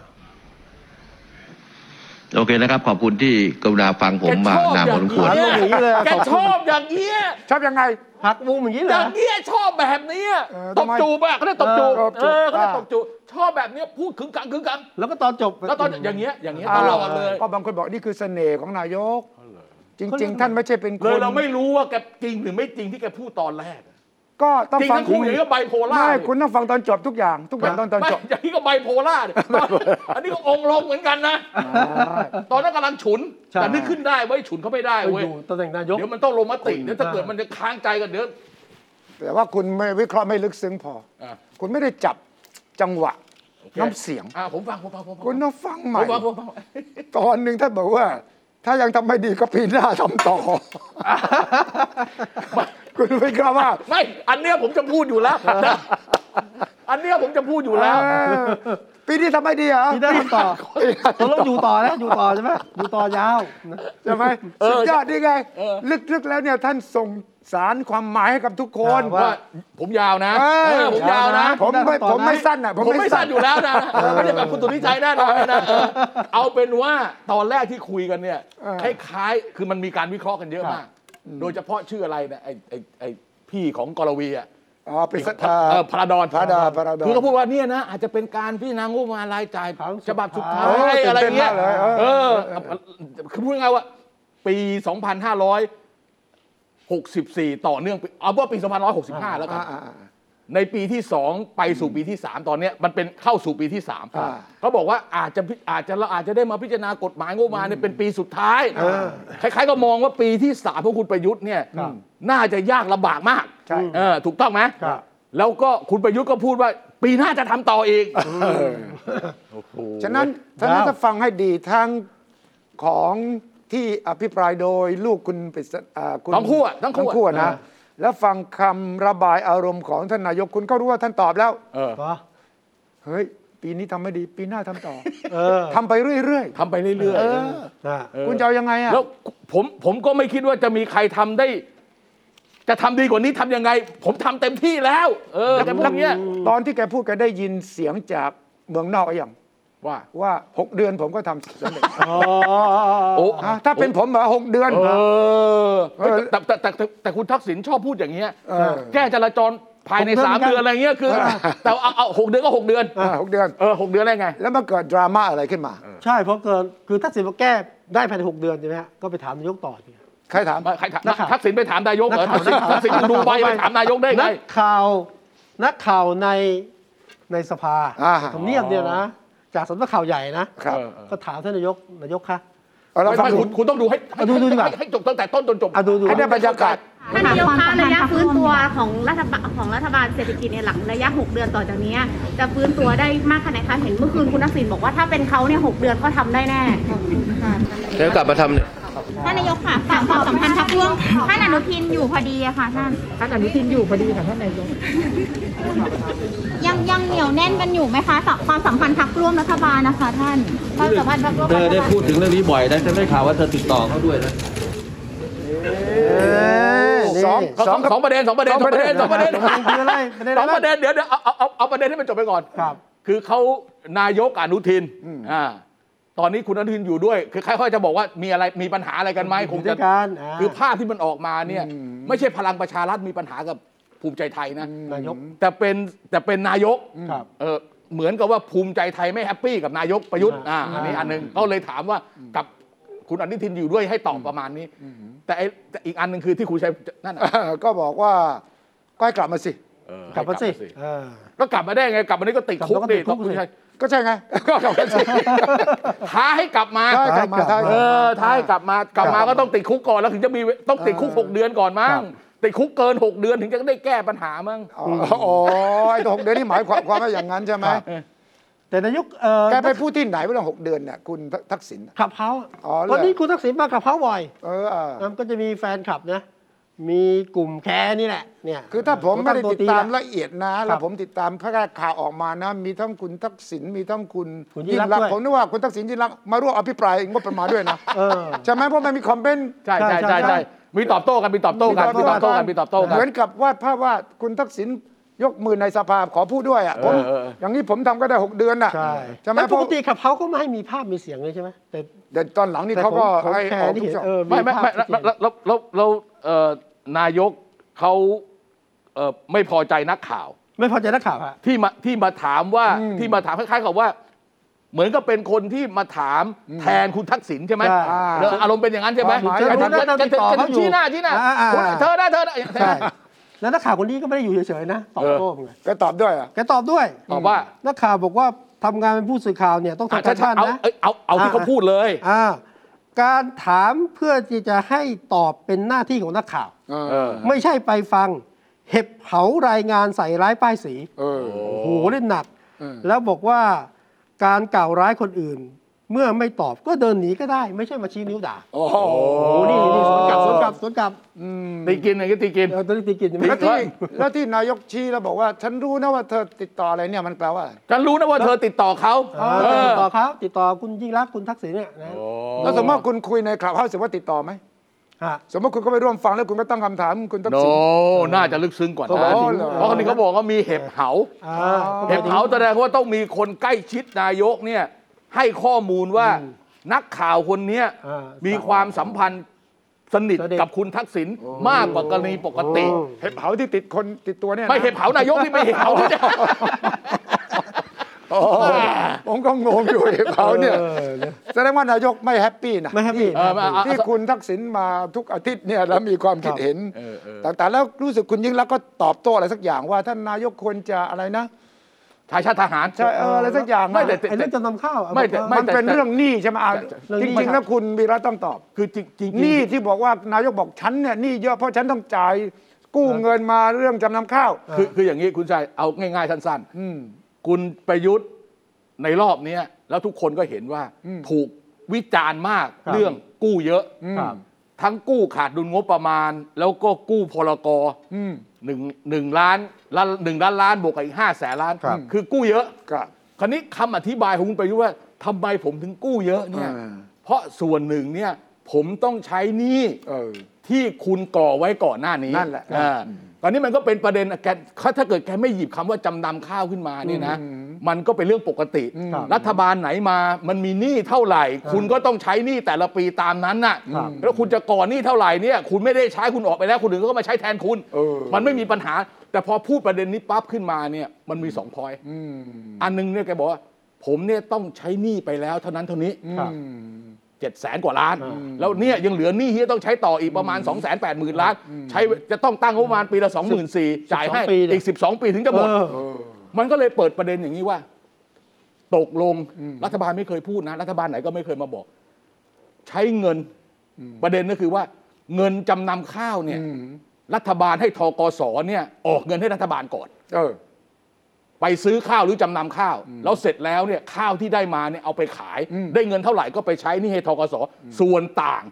โอเคนะครับ ขอบคุณที่กรุณาฟังผมมานานพอสมควร าอย่างนี้เลยอะ แกชอบอย่างเงี้ย ชอบยังไง หักมุมอย่างนี้ อ เหรอย่าง เงี้ยชอบแบบเนี้ย เออ ต ทำ บ ไม จูบอะเขาเรียกตบจูบ เออตบจู เอบ อเขาเรียก อ่า ตบจูบชอบแบบเนี้ยพูดขึงขังขึงขัง แล้วก็ตอนจบ แล้วตอนอย่างเงี้ยอย่างเงี้ยตลอดเลย ก็บางคนบอกนี่คือเสน่ห์ของนายก จริง ๆ ท่านไม่ใช่เป็นค เลย น เราไม่รู้ว่าแกจริงหรือไม่จริงที่แกพูดตอนแรก ก็ต้อง จริง ฟั ทั้ ง งคู่อย่างนี้ก็ไบโพล่า ไม่ ดิ คุณต้องฟังตอนจบทุกอย่าง ทุกอย่างต้องตอนจบ ไม่อย่างนี้ก็ไบโพล่าดิอันนี้ก็องค์ลงเหมือนกันนะ ตอนนั้นกำลังฉุน ใช่ แต่นึกขึ้นได้เว้ยฉุนเขาไม่ได้ ไป เว้ย อยู่ตำแหน่งนายก เดี๋ยวมันต้องลงมติเดี๋ยวถ้า ได้ เกิดมันจะค้างใจกันเดี๋ยว แต่ว่าคุณไม่วิเคราะห์ไม่ลึกซึ้งพอ อ่ะ คุณไม่ได้จับจังหวะ น้ำเสียง อ่ะผมฟังผมฟังผมฟัง คุณต้องฟังให ผ ม่ มฟังผมฟัง ตอนหนึ่งท่านบอกว่า ถ้ายังทำไม่ดีก็ปีหน้าทำต่อ คุณวิเคราะห์ว่า ไม่ อันเนี้ยผมจะพูดอยู่แล้วนะอันเนี้ยผมจะพูดอยู่แล้ว เออปีนี้ทำไม่ดีเหรอ ที่ได้ทำต่อตกลงอยู่ต่อนะอยู่ต่อใช่ไหมอยู่ต่อยาวนะ ใช่ไหม เออ สุดยอดนี่ไง เออ ลึกๆแล้วเนี่ยท่านส่งสารความหมายให้กับทุกคน อ่ ว่าผมยาวนะ เอ้ เออผมยาวนะ ผมไม่ ได้คำตอบนะ ผมไม่สั้นอ่ะ ผม ผม ไม่ ไม่ สั้ สั้ น นอยู่แล้วนะไม่ได้แบบคุณตุนิชัยแน่นอนนะเออเอาเป็นว่าตอนแรกที่คุยกันเนี่ยคล้ายๆคือมันมีการวิเคราะห์กันเยอะมาก โดยเฉพาะชื่ออะไรเนี่ยไอ้ไอ้ไอ้พี่ของกรวีอ่ะ อ๋อเป็นสัตว์ เออพระดอน พระดอนพระดอน คือเขาพูดว่าเนี่ยนะอาจจะเป็นการพิจารณางบประมาณรายจ่าย ครั้งสุด ฉบับสุดท้า โอ้ ย ตื่นอะไรเต้นเงี้ย มากเลยเออ เออคือพูดง่ายๆว่า ปี 2564 ต่อเนื่องปีเอาว่าปี 2565 แล้วกัน อ่า ในปีที่ 2 ไปสู่ปีที่ 3 ตอนเนี้ยมันเป็นเข้าสู่ปีที่ อ่า 3เขาบอกว่าอาจจะพิอาจจะเราอาจจะได้มาพิจารณากฎหมายงบประมาณเนี่ยเป็นปีสุดท้ายคล้ายๆก็มองว่าปีที่3ของคุณประยุทธ์เนี่ยน่าจะยากลำบากมาก ใช่ เออถูกต้องไหม ครับ แล้วก็คุณประยุทธ์ก็พูดว่า ปีหน้าจะทำต่ออีก ฉะนั้นฉะนั้นถ้าฟังให้ดีทั้งของที่อภิปรายโดยลูกคุณปริศาณ ทั้งคู่อะทั้งคู่อะ อะนะ แล้วฟังคำระบายอารมณ์ของท่านนายกคุณก็รู้ว่าท่านตอบแล้ว เออ เหรอ เฮ้ย ปีนี้ทำไม่ดี ปีหน้าทำต่อ เออ ทำไปเรื่อย ทำไปเรื่อย นะ ๆ คุณจะเอายังไง ๆ อ่ะ แล้วผมผมก็ไม่คิดว่าจะมีใครทำได้ จะทำดีกว่านี้ทำยังไง ผมทำเต็มที่แล้ว เออแกพูดอย่างเงี้ย ตอนที่แกพูดแกได้ยินเสียงจากเมืองนอกอะอย่าง ว่า ว่า 6 เดือนผมก็ทำสำเร็จ โอ้ อ่ะถ้าเป็นผมเหรอหกเดือน เออ เออ แต่แต่แต่แต่แต่คุณทักษิณชอบพูดอย่างเงี้ย เออ แก้จราจรภายใน หกเดือน สาม เหมือนกัน เดือนอะไรเงี้ยคือ แต่เอาเอาหกเดือนก็หกเดือน อ่ะหกเดือน เออหกเดือนได้ไง แล้วมันเกิดดราม่าอะไรขึ้นมา ใช่เพราะเกินคือทักษิณมาแก้ได้ภายในหกเดือนใช่ไหมฮะก็ไปถามนายกต่อเนี่ย ใครถาม ใครถาม นักข่าว ทักษิณไปถามนายกเหรอทักษิณทักษิณดูไปไปถามนายกได้ไง นักข่าวนักข่าวในในสภา อ่าฮะ ทำเนียบเนี่ยนะ จากสำนักข่าวใหญ่นะ ครับ เออเออ ก็ถามท่านนายกนายกคะ เอาเรา ไม่ ฟัง ไม่ ดู คุณคุณต้องดูให้ให้ เอาดูดูดีกว่า ให้ให้จบตั้งแต่ต้นจนจบ เอาดูดู ให้ได้บรรยากาศ ถามความสัมพันธ์ระยะฟื้นตัวของรัฐบาลของรัฐบาลเศรษฐกิจในยหลังระยะ 6 เดือนต่อจากเนี้ยจะฟื้นตัวได้มากขนาดไหนคะเห็นเมื่อคืนคุณทักษิณบอกว่าถ้าเป็นเขาเนี่ยหเดือนก็ทำได้แน่ แล้วกลับมาทำ ท่านนายกค่ะถามความสัมพันธ์พักร่วมท่านอนุทินอยู่พอดีอะค่ะท่านท่านอนุทินอยู่พอดีค่ะท่านนายกยังยังเหนียวแน่นกันอยู่ไหมคะสำความสัมพันธ์พักร่วมรัฐบาลนะคะท่านความสัมพันธ์พักร่วม เธ รั อ ฐ ได้ บาล พูดถึงเรื่องนี้บ่อยนะฉันได้ข่าวว่าเธอติดต่อเขาด้วยนะ สอง สองสองประเด็นสองประเด็นสองประเด็นสองประเด็น สองประเด็นคืออะไรประเด็นอะไร สองประเด็นเดี๋ยวเดี๋ยวเอาเอาเอาเอาประเด็นให้มันจบไปก่อน ครับ คือเขานายกอนุทินอ่าตอนนี้คุณอนุทินอยู่ด้วย คือใครๆจะบอกว่ามีอะไรมีปัญหาอะไรกันไหมคง ด้ จะ วยกันอ่า คือภาพที่มันออกมาเนี่ยไม่ใช่พลังประชารัฐมีปัญหากับภูมิใจไทยนะ นายก แต่เป็นแต่เป็นนายก ครับ เออ เหมือนกับว่าภูมิใจไทยไม่แฮปปี้กับนายกประยุทธ์อ่าอันนี้อันหนึงเขาเลยถามว่ากับคุณอนุทินอยู่ด้วยให้ตอบประมาณนี้ แต่ไอ้แต่อีกอันหนึ่งคือที่คุณชัยนั่นน่ะ ก็บอกว่าก็ให้กลับมาสิ เออก ลับมาสิเออ ก็กลับมาได้ไงกลับมานี่ก็ติดคุกกลับมาก็ติ ดิ ดคุกสิ คุณชัย ก็ใช่ไง ก็กลับมา สิท้าให้กลับมา ก็ให้กลับมา ได้ ได้ เออถ้าให้กลับมากลับมาก็ต้องติดคุกก่อนแล้วถึงจะมีต้องติดคุก 6 เดือนก่อนมั้ ครั ง บ ติดคุกเกิน 6 เดือนถึงจะได้แก้ปัญหามั้ง อ๋ออ๋อไอ้ตัวหกเดือนนี่หมายความว่าอย่างนั้นใช่ไหม ครับ แต่นายกเออ แกไปพูดที่ไหนเรื่องหกเดือนเนี่ยคุณทักษิณ ขับเฮาส์ อ๋อเหรอ วันนี้คุณทักษิณมาขับเฮาส์บ่อย เออเออ มันก็จะมีแฟนคลับนะ มีกลุ่มแคร์นี่แหละเนี่ย คือถ้าผมไม่ได้ติดตาม แล้ว ละเอียดนะ ครั แล้ว บ ผมติดตามพระข่าวออกมานะ มีทั้งคุณทักษิณมีทั้งคุณ คุณยิ่งรักด้วย ผมนึกว่าคุณทักษิณยิ่งรักษณ์มาร่วมอภิปรายงบประมาณด้วยนะ เออ ใช่ไหมเพราะมันมีคอมเมนต์ ใช่ใช่ใช่ใช่มีตอบโต้กันมีตอบโต้กันมีตอบโต้กันมีตอบโต้กัน เหมือนกับวาดภาพว่าคุณทักษิณยกมือในสภาขอพูดด้วยอ่ะผม เออเออ อย่างนี้ผมทำก็ได้ 6 เดือนน่ะ ใช่ ใช่ไหม แล้ว เพ ป ราะ กติขับเฮาส์ก็ไม่ให้มีภาพมีเสียงเลยใช่ไหมแต่ เดี๋ยวตอนหลังนี่ แต่ เขาก็ ของ ให้ แค ออ ร์ ก นี่ ทุก เห็น ช่อง เออ ไม่ไม่ไม่ ภาพชัดเจน แล้วแล้วแล้วแล้วเอ่อนายกเขาเอ่อไม่พอใจนักข่าว ไม่พอใจนักข่าวฮะ ที่มาที่มาถามว่าที่มาถามคล้ายๆกับว่า เหมือนก็เป็นคนที่มาถามแทนคุณทักษิณใช่ไหม ใช่ แล้วอารมณ์เป็นอย่างนั้นใช่ไหม ความหมายจะรู้นะเราติดต่อเขาอยู่ ชี้หน้าชี้หน้า อ่าอ่า คุณเธอนะเธอนะอย่างนั้น ใช่ แล้วนักข่าวคนนี้ก็ไม่ได้อยู่เฉยๆนะตอบโต้ไง ก็ตอบด้วยอ่ะ แกตอบด้วย ตอบว่า นักข่าวบอกว่าทำงานเป็นผู้สื่อข่าวเนี่ยต้อง อ่ะ ทำการ ใช่ บ้าน ๆเอา นะ เอ้ยเอาเอาที่ อ่า เขาพูดเลย อ่าการถามเพื่อที่จะให้ตอบเป็นหน้าที่ของนักข่าว เอ เอ อ อ ไม่ใช่ไปฟัง เห็บเผารายงานใส่ร้ายป้ายสี เออ โอ้โหเล่นหนัก เออ แล้วบอกว่าการกล่าวร้ายคนอื่น เมื่อไม่ตอบก็เดินหนีก็ได้ ไม่ใช่มาชี้นิ้วด่า โอ้โห โอ้โหนี่นี่สวนกลับสวนกลับสวนกลับ ตีกินอย่างนี้ตีกิน เออตอนนี้ตีกินยังไม่ แล้ว ได้ ที่แล้วที่นายกชี้แล้วบอกว่า ฉันรู้นะว่าเธอติดต่ออะไรเนี่ยมันแปลว่าอะไร ฉันรู้นะว่าเธอติดต่อเขา เออติดต่อเขาติดต่อคุณยิ่งรักษณ์คุณทักษิณเนี่ยนะ แล้วสมมติว่าคุณคุยในคลับเฮาส์สมมติว่าติดต่อไหม ฮะ สมมติคุณก็ไปร่วมฟังแล้วคุณก็ตั้งคำถามคุณทัก โน ษิณ น่าจะลึกซึ้งกว่า เขาบอ นั้ ก น ว่า เพราะคนนี้เขาบอกว่ามีเห็บเผา อ่า เห็บเผาแสดงว่าต้องมีคนใกล้ชิดนายกเนี่ยให้ข้อมูลว่านักข่าวคนเนี้ย อ่า มีความสัมพันธ์สนิท สนิท กับคุณทักษิณมากกว่ากรณีปกติ เห็บเผาที่ติดคนติดตัวเนี่ยนะ ไม่เห็บเผานายกที่ไม่เห็บเผาที่เนี่ย โอ้โหผมก็งงอยู่เห็บเผาเนี่ยแสดงว่านายกไม่แฮปปี้นะ ไม่แฮปปี้ เออมาเอา ที่คุณทักษิณมาทุกอาทิตย์เนี่ยแล้วมีความคิดเห็นต่างๆแล้วรู้สึกคุณยิ่งรักษณ์ก็ตอบโต้อะไรสักอย่างว่าท่านนายกควรจะอะไรนะ ชายชาติทหาร ใช่เอออะไรสักอย่างนะ ไม่แต่ ไอ้เรื่องจำนำข้าวอ่ะ ไม่แต่ ผว่า ไม่ มันเป็นเรื่องหนี้ใช่ไหมอ่ะ เรื่องห จ นี้ ริง ครับๆแล้วคุณวีระต้องตอบ คือจริงจริง หนี้ที่บอกว่านายกบอกฉันเนี่ยหนี้เยอะเพราะฉันต้องจ่ายกู้เงินมาเรื่องจำนำข้าว คือคืออย่างนี้คุณชายเอาง่ายๆสั้น อืม ๆ คุณประยุทธ์ในรอบเนี้ยแล้วทุกคนก็เห็นว่าถูกวิจารณ์มาก ครับ เรื่องกู้เยอะ อืม ครับทั้งกู้ขาดดุลงบประมาณ แล้วก็กู้พลกร อืม หนึ่งหนึ่งล้านล้านหนึ่งล้านล้านบวกกับอีกห้าแสนล้าน ครับ อกู้เยอะ ก็ คราวนี้คำอธิบายของคุณประยุทธ์ว่าทำไมผมถึงกู้เยอะเนี่ยเพราะส่วนหนึ่งเนี่ยผมต้องใช้หนี้ เออ ที่คุณก่อไว้ก่อนหน้านี้ นั่นแหละ อ่าตอนนี้มันก็เป็นประเด็นแกเขาถ้าเกิดแกไม่หยิบคำว่าจำนำข้าวขึ้นมาเนี่ยนะมันก็เป็นเรื่องปกติ รัฐบาลไหนมามันมีหนี้เท่าไหร่ คุณก็ต้องใช้หนี้แต่ละปีตามนั้นน่ะแล้วคุณจะก่อนหนี้เท่าไหร่เนี่ยคุณไม่ได้ใช้คุณออกไปแล้วคนอื่นก็มาใช้แทนคุณ เออ มันไม่มีปัญหา แต่พอพูดประเด็นนี้ปั๊บขึ้นมาเนี่ยมันมีสองพอย อืม อันหนึงเนี่ยแกบอกว่า ผมเนี่ยต้องใช้หนี้ไปแล้วเท่านั้นเท่านี้ อืม เจ็ดแสนกว่าล้าน แล้วเนี่ยยังเหลือหนี้ที่จะต้องใช้ต่ออีกประมาณ 2 8 0 0 0 0ล้าน ใช้จะต้องตั้งงบประมาณปีละ 2 4 0 0 0จ่ายให้ ปีเนี่ย อีก 12 ปีถึงจะหมด เออ มันก็เลยเปิดประเด็นอย่างนี้ว่า ตกลงรัฐบาลไม่เคยพูดนะ รัฐบาลไหนก็ไม่เคยมาบอก ใช้เงินประเด็นก็คือว่า เงินจำนำข้าวเนี่ย รัฐบาลให้ทกสเนี่ย ออกเงินให้รัฐบาลก่อน เออ ไปซื้อข้าวหรือจำนำข้าว แล้วเสร็จแล้วเนี่ยข้าวที่ได้มาเนี่ยเอาไปขาย ได้เงินเท่าไหร่ก็ไปใช้หนี่ให้ทกสส่วนต่าง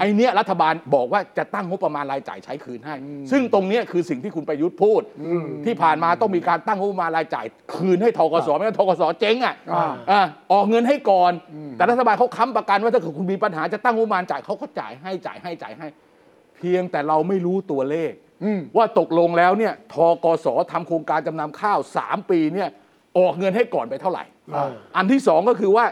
ไอเนี้ยรัฐบาลบอกว่าจะตั้งงบประมาณรายจ่ายใช้คืนให้ ซึ่งตรงเนี้ยคือสิ่งที่คุณประยุทธ์พูด ที่ผ่านมาต้องมีการตั้งงบประมาณรายจ่าย คืนให้ทกสไม่งั้นทกสเจ๊งอ่ะ อ่า อ่ะออกเงินให้ก่อน แต่รัฐบาลเขาค้ำประกันว่าถ้าเกิดคุณมีปัญหาจะตั้งงบประมาณจ่ายเขาก็จ่ายให้จ่ายให้จ่ายให้ เพียงแต่เราไม่รู้ตัวเลข อืม ว่าตกลงแล้วเนี่ยทกสทำโครงการจำนำข้าว 3 ปีเนี่ยออกเงินให้ก่อนไปเท่าไหร่ อ่า อันที่ 2 ก็คือว่า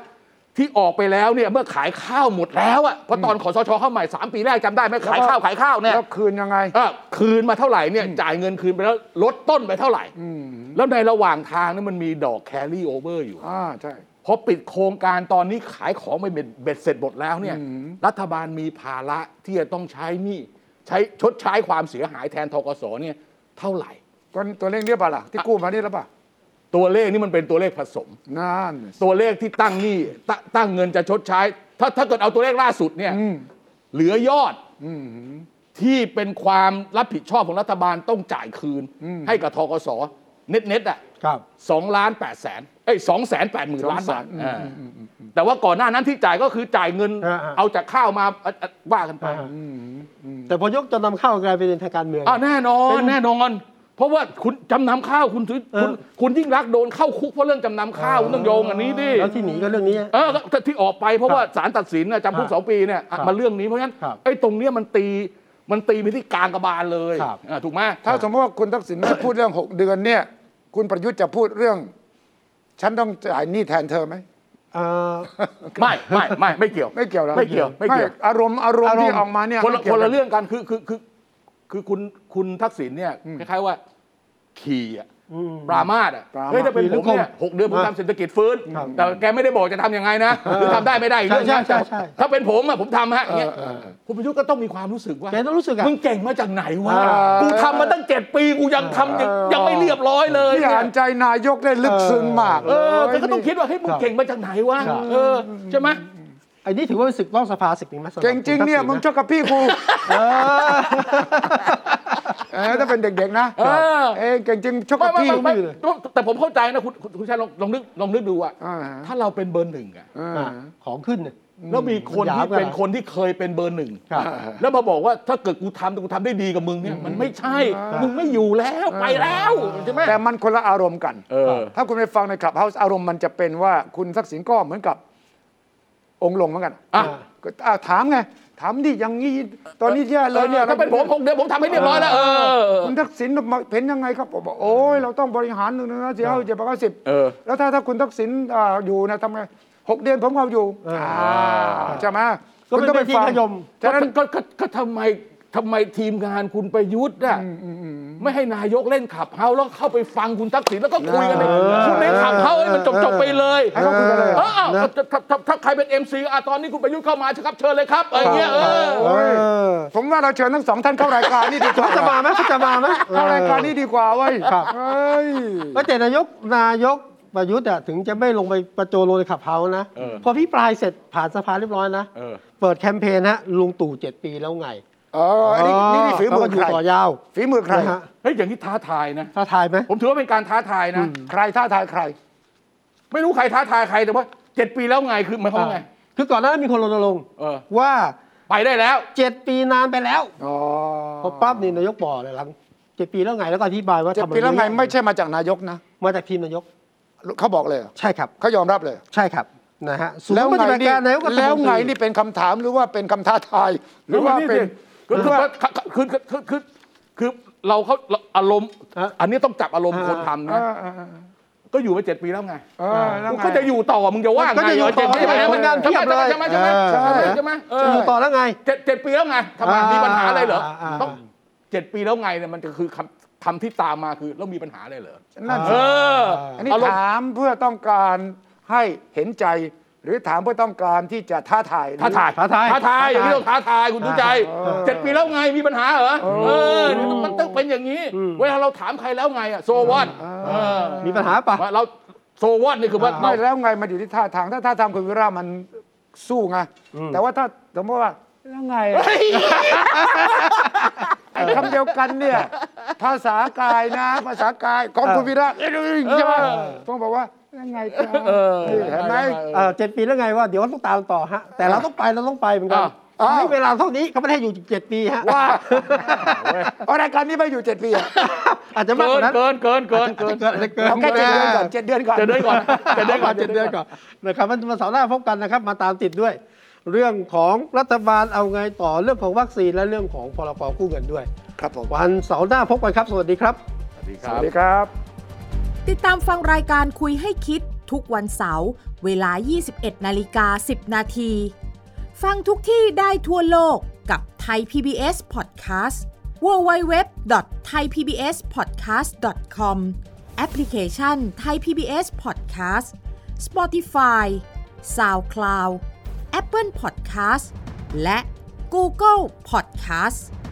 ที่ออกไปแล้วเนี่ยเมื่อขายข้าวหมดแล้วอะเพราะตอนขอสชเข้าใหม่ 3 ปีแรกจำได้ไหมขายข้าวขายข้าวเนี่ย แล้วคืนยังไง เออคืนมาเท่าไหร่เนี่ยจ่ายเงินคืนไปแล้วลดต้นไปเท่าไหร่ แล้วในระหว่างทางเนี่ยมันมีดอกแครี่โอเวอร์อยู่ อ่าใช่ พอปิดโครงการตอนนี้ขายของไปเบ็ดเบ็ดเสร็จหมดแล้วเนี่ย อืม รัฐบาลมีภาระที่จะต้องใช้หนี้ใช้ชดใช้ความเสียหายแทนทกสเนี่ยเท่าไหร่ ก็ตัวเลขเนี้ยป่ะล่ะที่กู้มานี่แล้วป่ะ ตัวเลขนี่มันเป็นตัวเลขผสม นั่น ตัวเลขที่ตั้งหนี้ตตั้งเงินจะชดใช้ ถ้าถ้าเกิดเอาตัวเลขล่าสุดเนี่ย อืม เหลือยอดที่เป็นความรับผิดชอบของรัฐบาลต้องจ่ายคืน ให้กับทกสเน็ตเน็ตๆอ่ะ ครับ สองล้านแปดแสนเอ้ยสองแสนแปดหมื่นล้านบาทอ่าแต่ว่าก่อนหน้านั้นที่จ่ายก็คือจ่ายเงิน อ่าๆ เอาจากข้าวมาอ่ะอ่ะว่ากันไป แต่พอยกจำนำเข้ากลายเป็นทางการเมือง อ่าแน่นอ เป็น น แน่นอน เพราะว่าคุณจำนำข้าวคุณถือคุณ เออ คุณยิ่งรักษณ์โดนเข้าคุกเพราะเรื่องจำนำข้าวคุณต้องโยงอันนี้ดิ แล้วที่หนีก็เรื่องนี้ เออก็ที่ออกไปเพราะว่า ครับ ศาลตัดสินน่ะจำคุก ครับ สองปีเนี่ยอ่ะ ครับ มาเรื่องนี้เพราะฉะนั้น ครับ ไอ้ตรงเนี้ยมันตีมันตีไปที่กลางกระบาลเลย ครับ อ่ะถูกไหม ถ้าสมมติว่าคุณทักษิณไม่พูดเรื่อง 6 เดือนเนี่ย คุณประยุทธ์จะพูดเรื่อง ฉันต้องจ่ายหนี้แทนเธอไหม ไม่ไม่ไม่ไม่เกี่ยว ไม่เกี่ยวแล้ว ไม่เกี่ยวไม่เกี่ยว อารมณ์อารมณ์ อารมณ์ ที่ออกมาเนี่ย คนละ ไม่คกี่ยวน ละเรื่องกันคือคือคือคือคุณคุณทักษิณเนี่ยคล้ายๆว่าขี่อ่ะปรามาสอ่ะ ปรามาส เฮ้ยถ้าเป็นผมเนี่ยหกเดือนผม อ่ะ ทำเศรษฐกิจฟื้น ครับ แต่แกไม่ได้บอกจะทำยังไงนะหรือทำได้ไม่ได้อีกเรื่อง ใช่ นะ ใช่ใช่ใช่ ถ้าเป็นผมอ่ะผมทำฮะอย่างเงี้ยคุณประยุทธ์ก็ต้องมีความรู้สึกว่า แกต้องรู้สึกอะ มึงเก่งมาจากไหนวะ อ่ากู กูทำมาตั้งเจ็ดปี กูยังทำยัง เออ ยังไม่เรียบร้อยเลย ที่ เนี่ย อ่านใจนายกได้ลึกซึ้งมาก เออ โย แต่ก็ต้อง นี่ คิดว่าเฮ้ยมึงเก่งมาจากไหนวะ เออ ใช่ไหม ไอ้นี่ถือว่าเป็นศึกนอกสภาศึกหนึ่งไหมสำหบ เก่งจริงเนี่ย คุณ มึ ทักษิณะงชอบกับพี่กูเออถ้าเป็นเด็กๆนะ เออ เอยเก่งจริงชอบ ไม่ กับ ไม่ พี่ ไม่ไม่ ไม่เลย แต่ผมเข้าใจนะคุณคุณคุณชายลองลองนึกลองนึกดูอะ อ่าฮะ ถ้าเราเป็นเบอร์หนึ่งอะ อ่า อ่ะของขึ้นเนี่ย แล้วมีคนที่ มันหยาบกัน เป็นคนที่เคยเป็นเบอร์หนึ่ง ครับ แล้วมาบอกว่าถ้าเกิดกูทำแต่กูทำได้ดีกับมึงเนี่ยมันไม่ใช่ ครับ มึงไม่อยู่แล้วไปแล้วใช่ไหม แต่มันคนละอารมณ์กัน เออ ถ้าคุณไปฟังในคลับเฮาส์อารมณ์มันจะเป็นว่าคุณทักษิณก็เหมือนกับองค์ลงเหมือนกัน อ่ะ ก็อ่ะถามไง ถามดิอย่างนี้ตอนนี้แย่เลยเนี่ย ถ้าเป็นผมผมเดี๋ยวผมทำให้เรียบร้อยแล้วเออ คุณทักษิณมาเห็นยังไงครับผมบอกโอ้ยเราต้องบริหารหนึ่งนะเสียเจ็ดร้อยสิบ เออ แล้วถ้าถ้าคุณทักษิณอ่าอยู่นะทำไงหกเดือนผมก็เอาอยู่ เอออ่ าใช่ไหม ก็เป็น คุณต้องไปฟัง เวทีนิยม ก็ ฉะนั้น ก็ก็ก็ทำไมทำไมทีมงานคุณประยุทธ์น่ะไม่ให้นายกเล่นขับเฮาแล้วเข้าไปฟังคุณทักษิณแล้วก็คุยกันเลย เออ คุณเล่นขับเฮาให้มันจบจบๆไปเลย ให้เขาคุยกันเลยเหรอ เออเอาถ้าถ้าถ้าถ้าใครเป็น MC อ่ะตอนนี้คุณประยุทธ์เข้ามาครับเชิญเลยครับอะไรเงี้ยเออ โอ้ยผมว่าเราเชิญทั้งสองท่านเข้ารายการนี่ดีกว่า เขาจะมาไหมเขาจะมาไหม เข้ารายการนี่ดีกว่าเว้ย ครับ เอ้ย เออแต่นายกนายกประยุทธ์อะถึงจะไม่ลงไปประโจนลงในขับเฮาส์นะ พอพี่ปลายเสร็จผ่านสภาเรียบร้อยนะ เปิดแคมเปญฮะลุงตู่เจ็ดปีแล้วไง เอออันนี้นี่นี่ฝีมือ เขาก็ ใค ยู่ ร ต่อยาว ฝีมือใคร นะฮะ เฮ้ยอย่างที่ท้าทายนะ ท้าทายไหม ผมถือว่าเป็นการท้าทายนะ ใครท้าทายใคร ไม่รู้ใครท้าทายใครแต่ว่าเจ็ดปีแล้วไงคือหมายความว่าไง คือก่อนหน้านั้นมีคนรณรงค์ เออ ว่า ไปได้แล้ว เจ็ดปีนานไปแล้ว อ๋อ พอปั๊บนี่นายกบอกเลยหลังเจ็ดปีแล้วไงแล้วก็อธิบายว่า เจ็ด ทำอะร ปีแล้วไงไม่ใช่มาจากนายกนะ มาจากทีมนายก เขาบอกเลยเหรอ ใช่ครับ เขายอมรับเลยเหรอ ใช่ครับนะฮะศูนย์ แล้ว ป ไง ฏิบัติ นี่ การนายกรัฐมนตรี แล้วไงนี่เป็นคำถามหรือว่าเป็นคำท้าทาย หรือว่าเป็น คือ หรือว่า คือคือคือคือคือเราเขาเราอารมณ์ ฮะ อันนี้ต้องจับอารมณ์ อ่า คนทำ เอ นะ อเออ ก็อยู่มาเจ็ดปีแล้วไง เออแล้วไง ก็จะอยู่ต่อมึงจะว่าไง ก็จะอยู่ต่อ เจ็ดปีแล้ว คนงานเพียบเลย ใช่ไหมใช่ไหมใช่ไหมใช่ไหมเอ จะ อ อยู่ต่อแล้วไง เจ็ดเจ็ดปีแล้วไงทำไม อ่ามี มีปัญหาอะไรเหรอ อ่าอ่า ต้องเจ็ดปีแล้วไงเนี่ยมันจะคือคำคำที่ตามมาคือแล้วมีปัญหาอะไรเหรอ นั่น เอ สิ อ อันนี้ อารมณ์ ถามเพื่อต้องการให้เห็นใจ หรือถามเพื่อต้องการที่จะท้าทายหรือ ท้าทาย ท้าทาย ท้าทายอย่างนี้ต้องท้าทายคุณทุใจเจ็ดปีแล้วไงมีปัญหาเหรอเออมันต้องเป็นอย่างนี้ เวลาเราถามใครแล้วไงอะโซวอนเออ มีปัญหาปะ ว่าเราโซวอตนี่คือว่า ไม่ เรา แล้วไงมันอยู่ที่ท่าทางถ้าท่าทางคุณวิรามันสู้ไงแต่ว่าถ้าสมมติว่าแล้วไงไอ้คำเดียวกันเนี่ย ภาษากายนะ ภาษากายของคุณวิระเอ้ยใช่ไหมต้องบอกว่าแล้วไงจ๊ะนี่เห็นไหม เอ่อเจ็ดปีแล้วไงว่าเดี๋ยวต้องตามต่อฮะ แต่เราต้องไปเราต้องไปเหมือนกัน อ่ะอ่ะ ให้เวลาเท่านี้เขาไม่ได้อยู่เจ็ดปีฮะ ว่าเอารายการนี้ไปอยู่เจ็ดปีอะ อาจจะมาก เกิ กว่านนั้น เกินเกินเกินเกิน เกินเกิน เอาแค่เจ็ดเดือนก่อนเจ็ดเดือนก่อน เจ็ดเดือนก่อน เจ็ดเดือนก่อนเจ็ดเดือนก่อนนะครับวันวันเสาร์หน้าพบกันนะครับ มาตามติดด้วย เรื่องของรัฐบาลเอาไงต่อเรื่องของวัคซีนและเรื่องของพรกกู้เงินด้วย ครับผม วันเสาร์หน้าพบกันครับ สวัสดีครับ สวัสดีครับ ติดตามฟังรายการคุยให้คิดทุกวันเสาร์ เวลา 21นาฬิกา10 นาที ฟังทุกที่ได้ทั่วโลกกับไทย PBS Podcast www.thaipbspodcast.com แอปพลิเคชัน Thai PBS Podcast Spotify SoundCloud Apple Podcast และ Google Podcast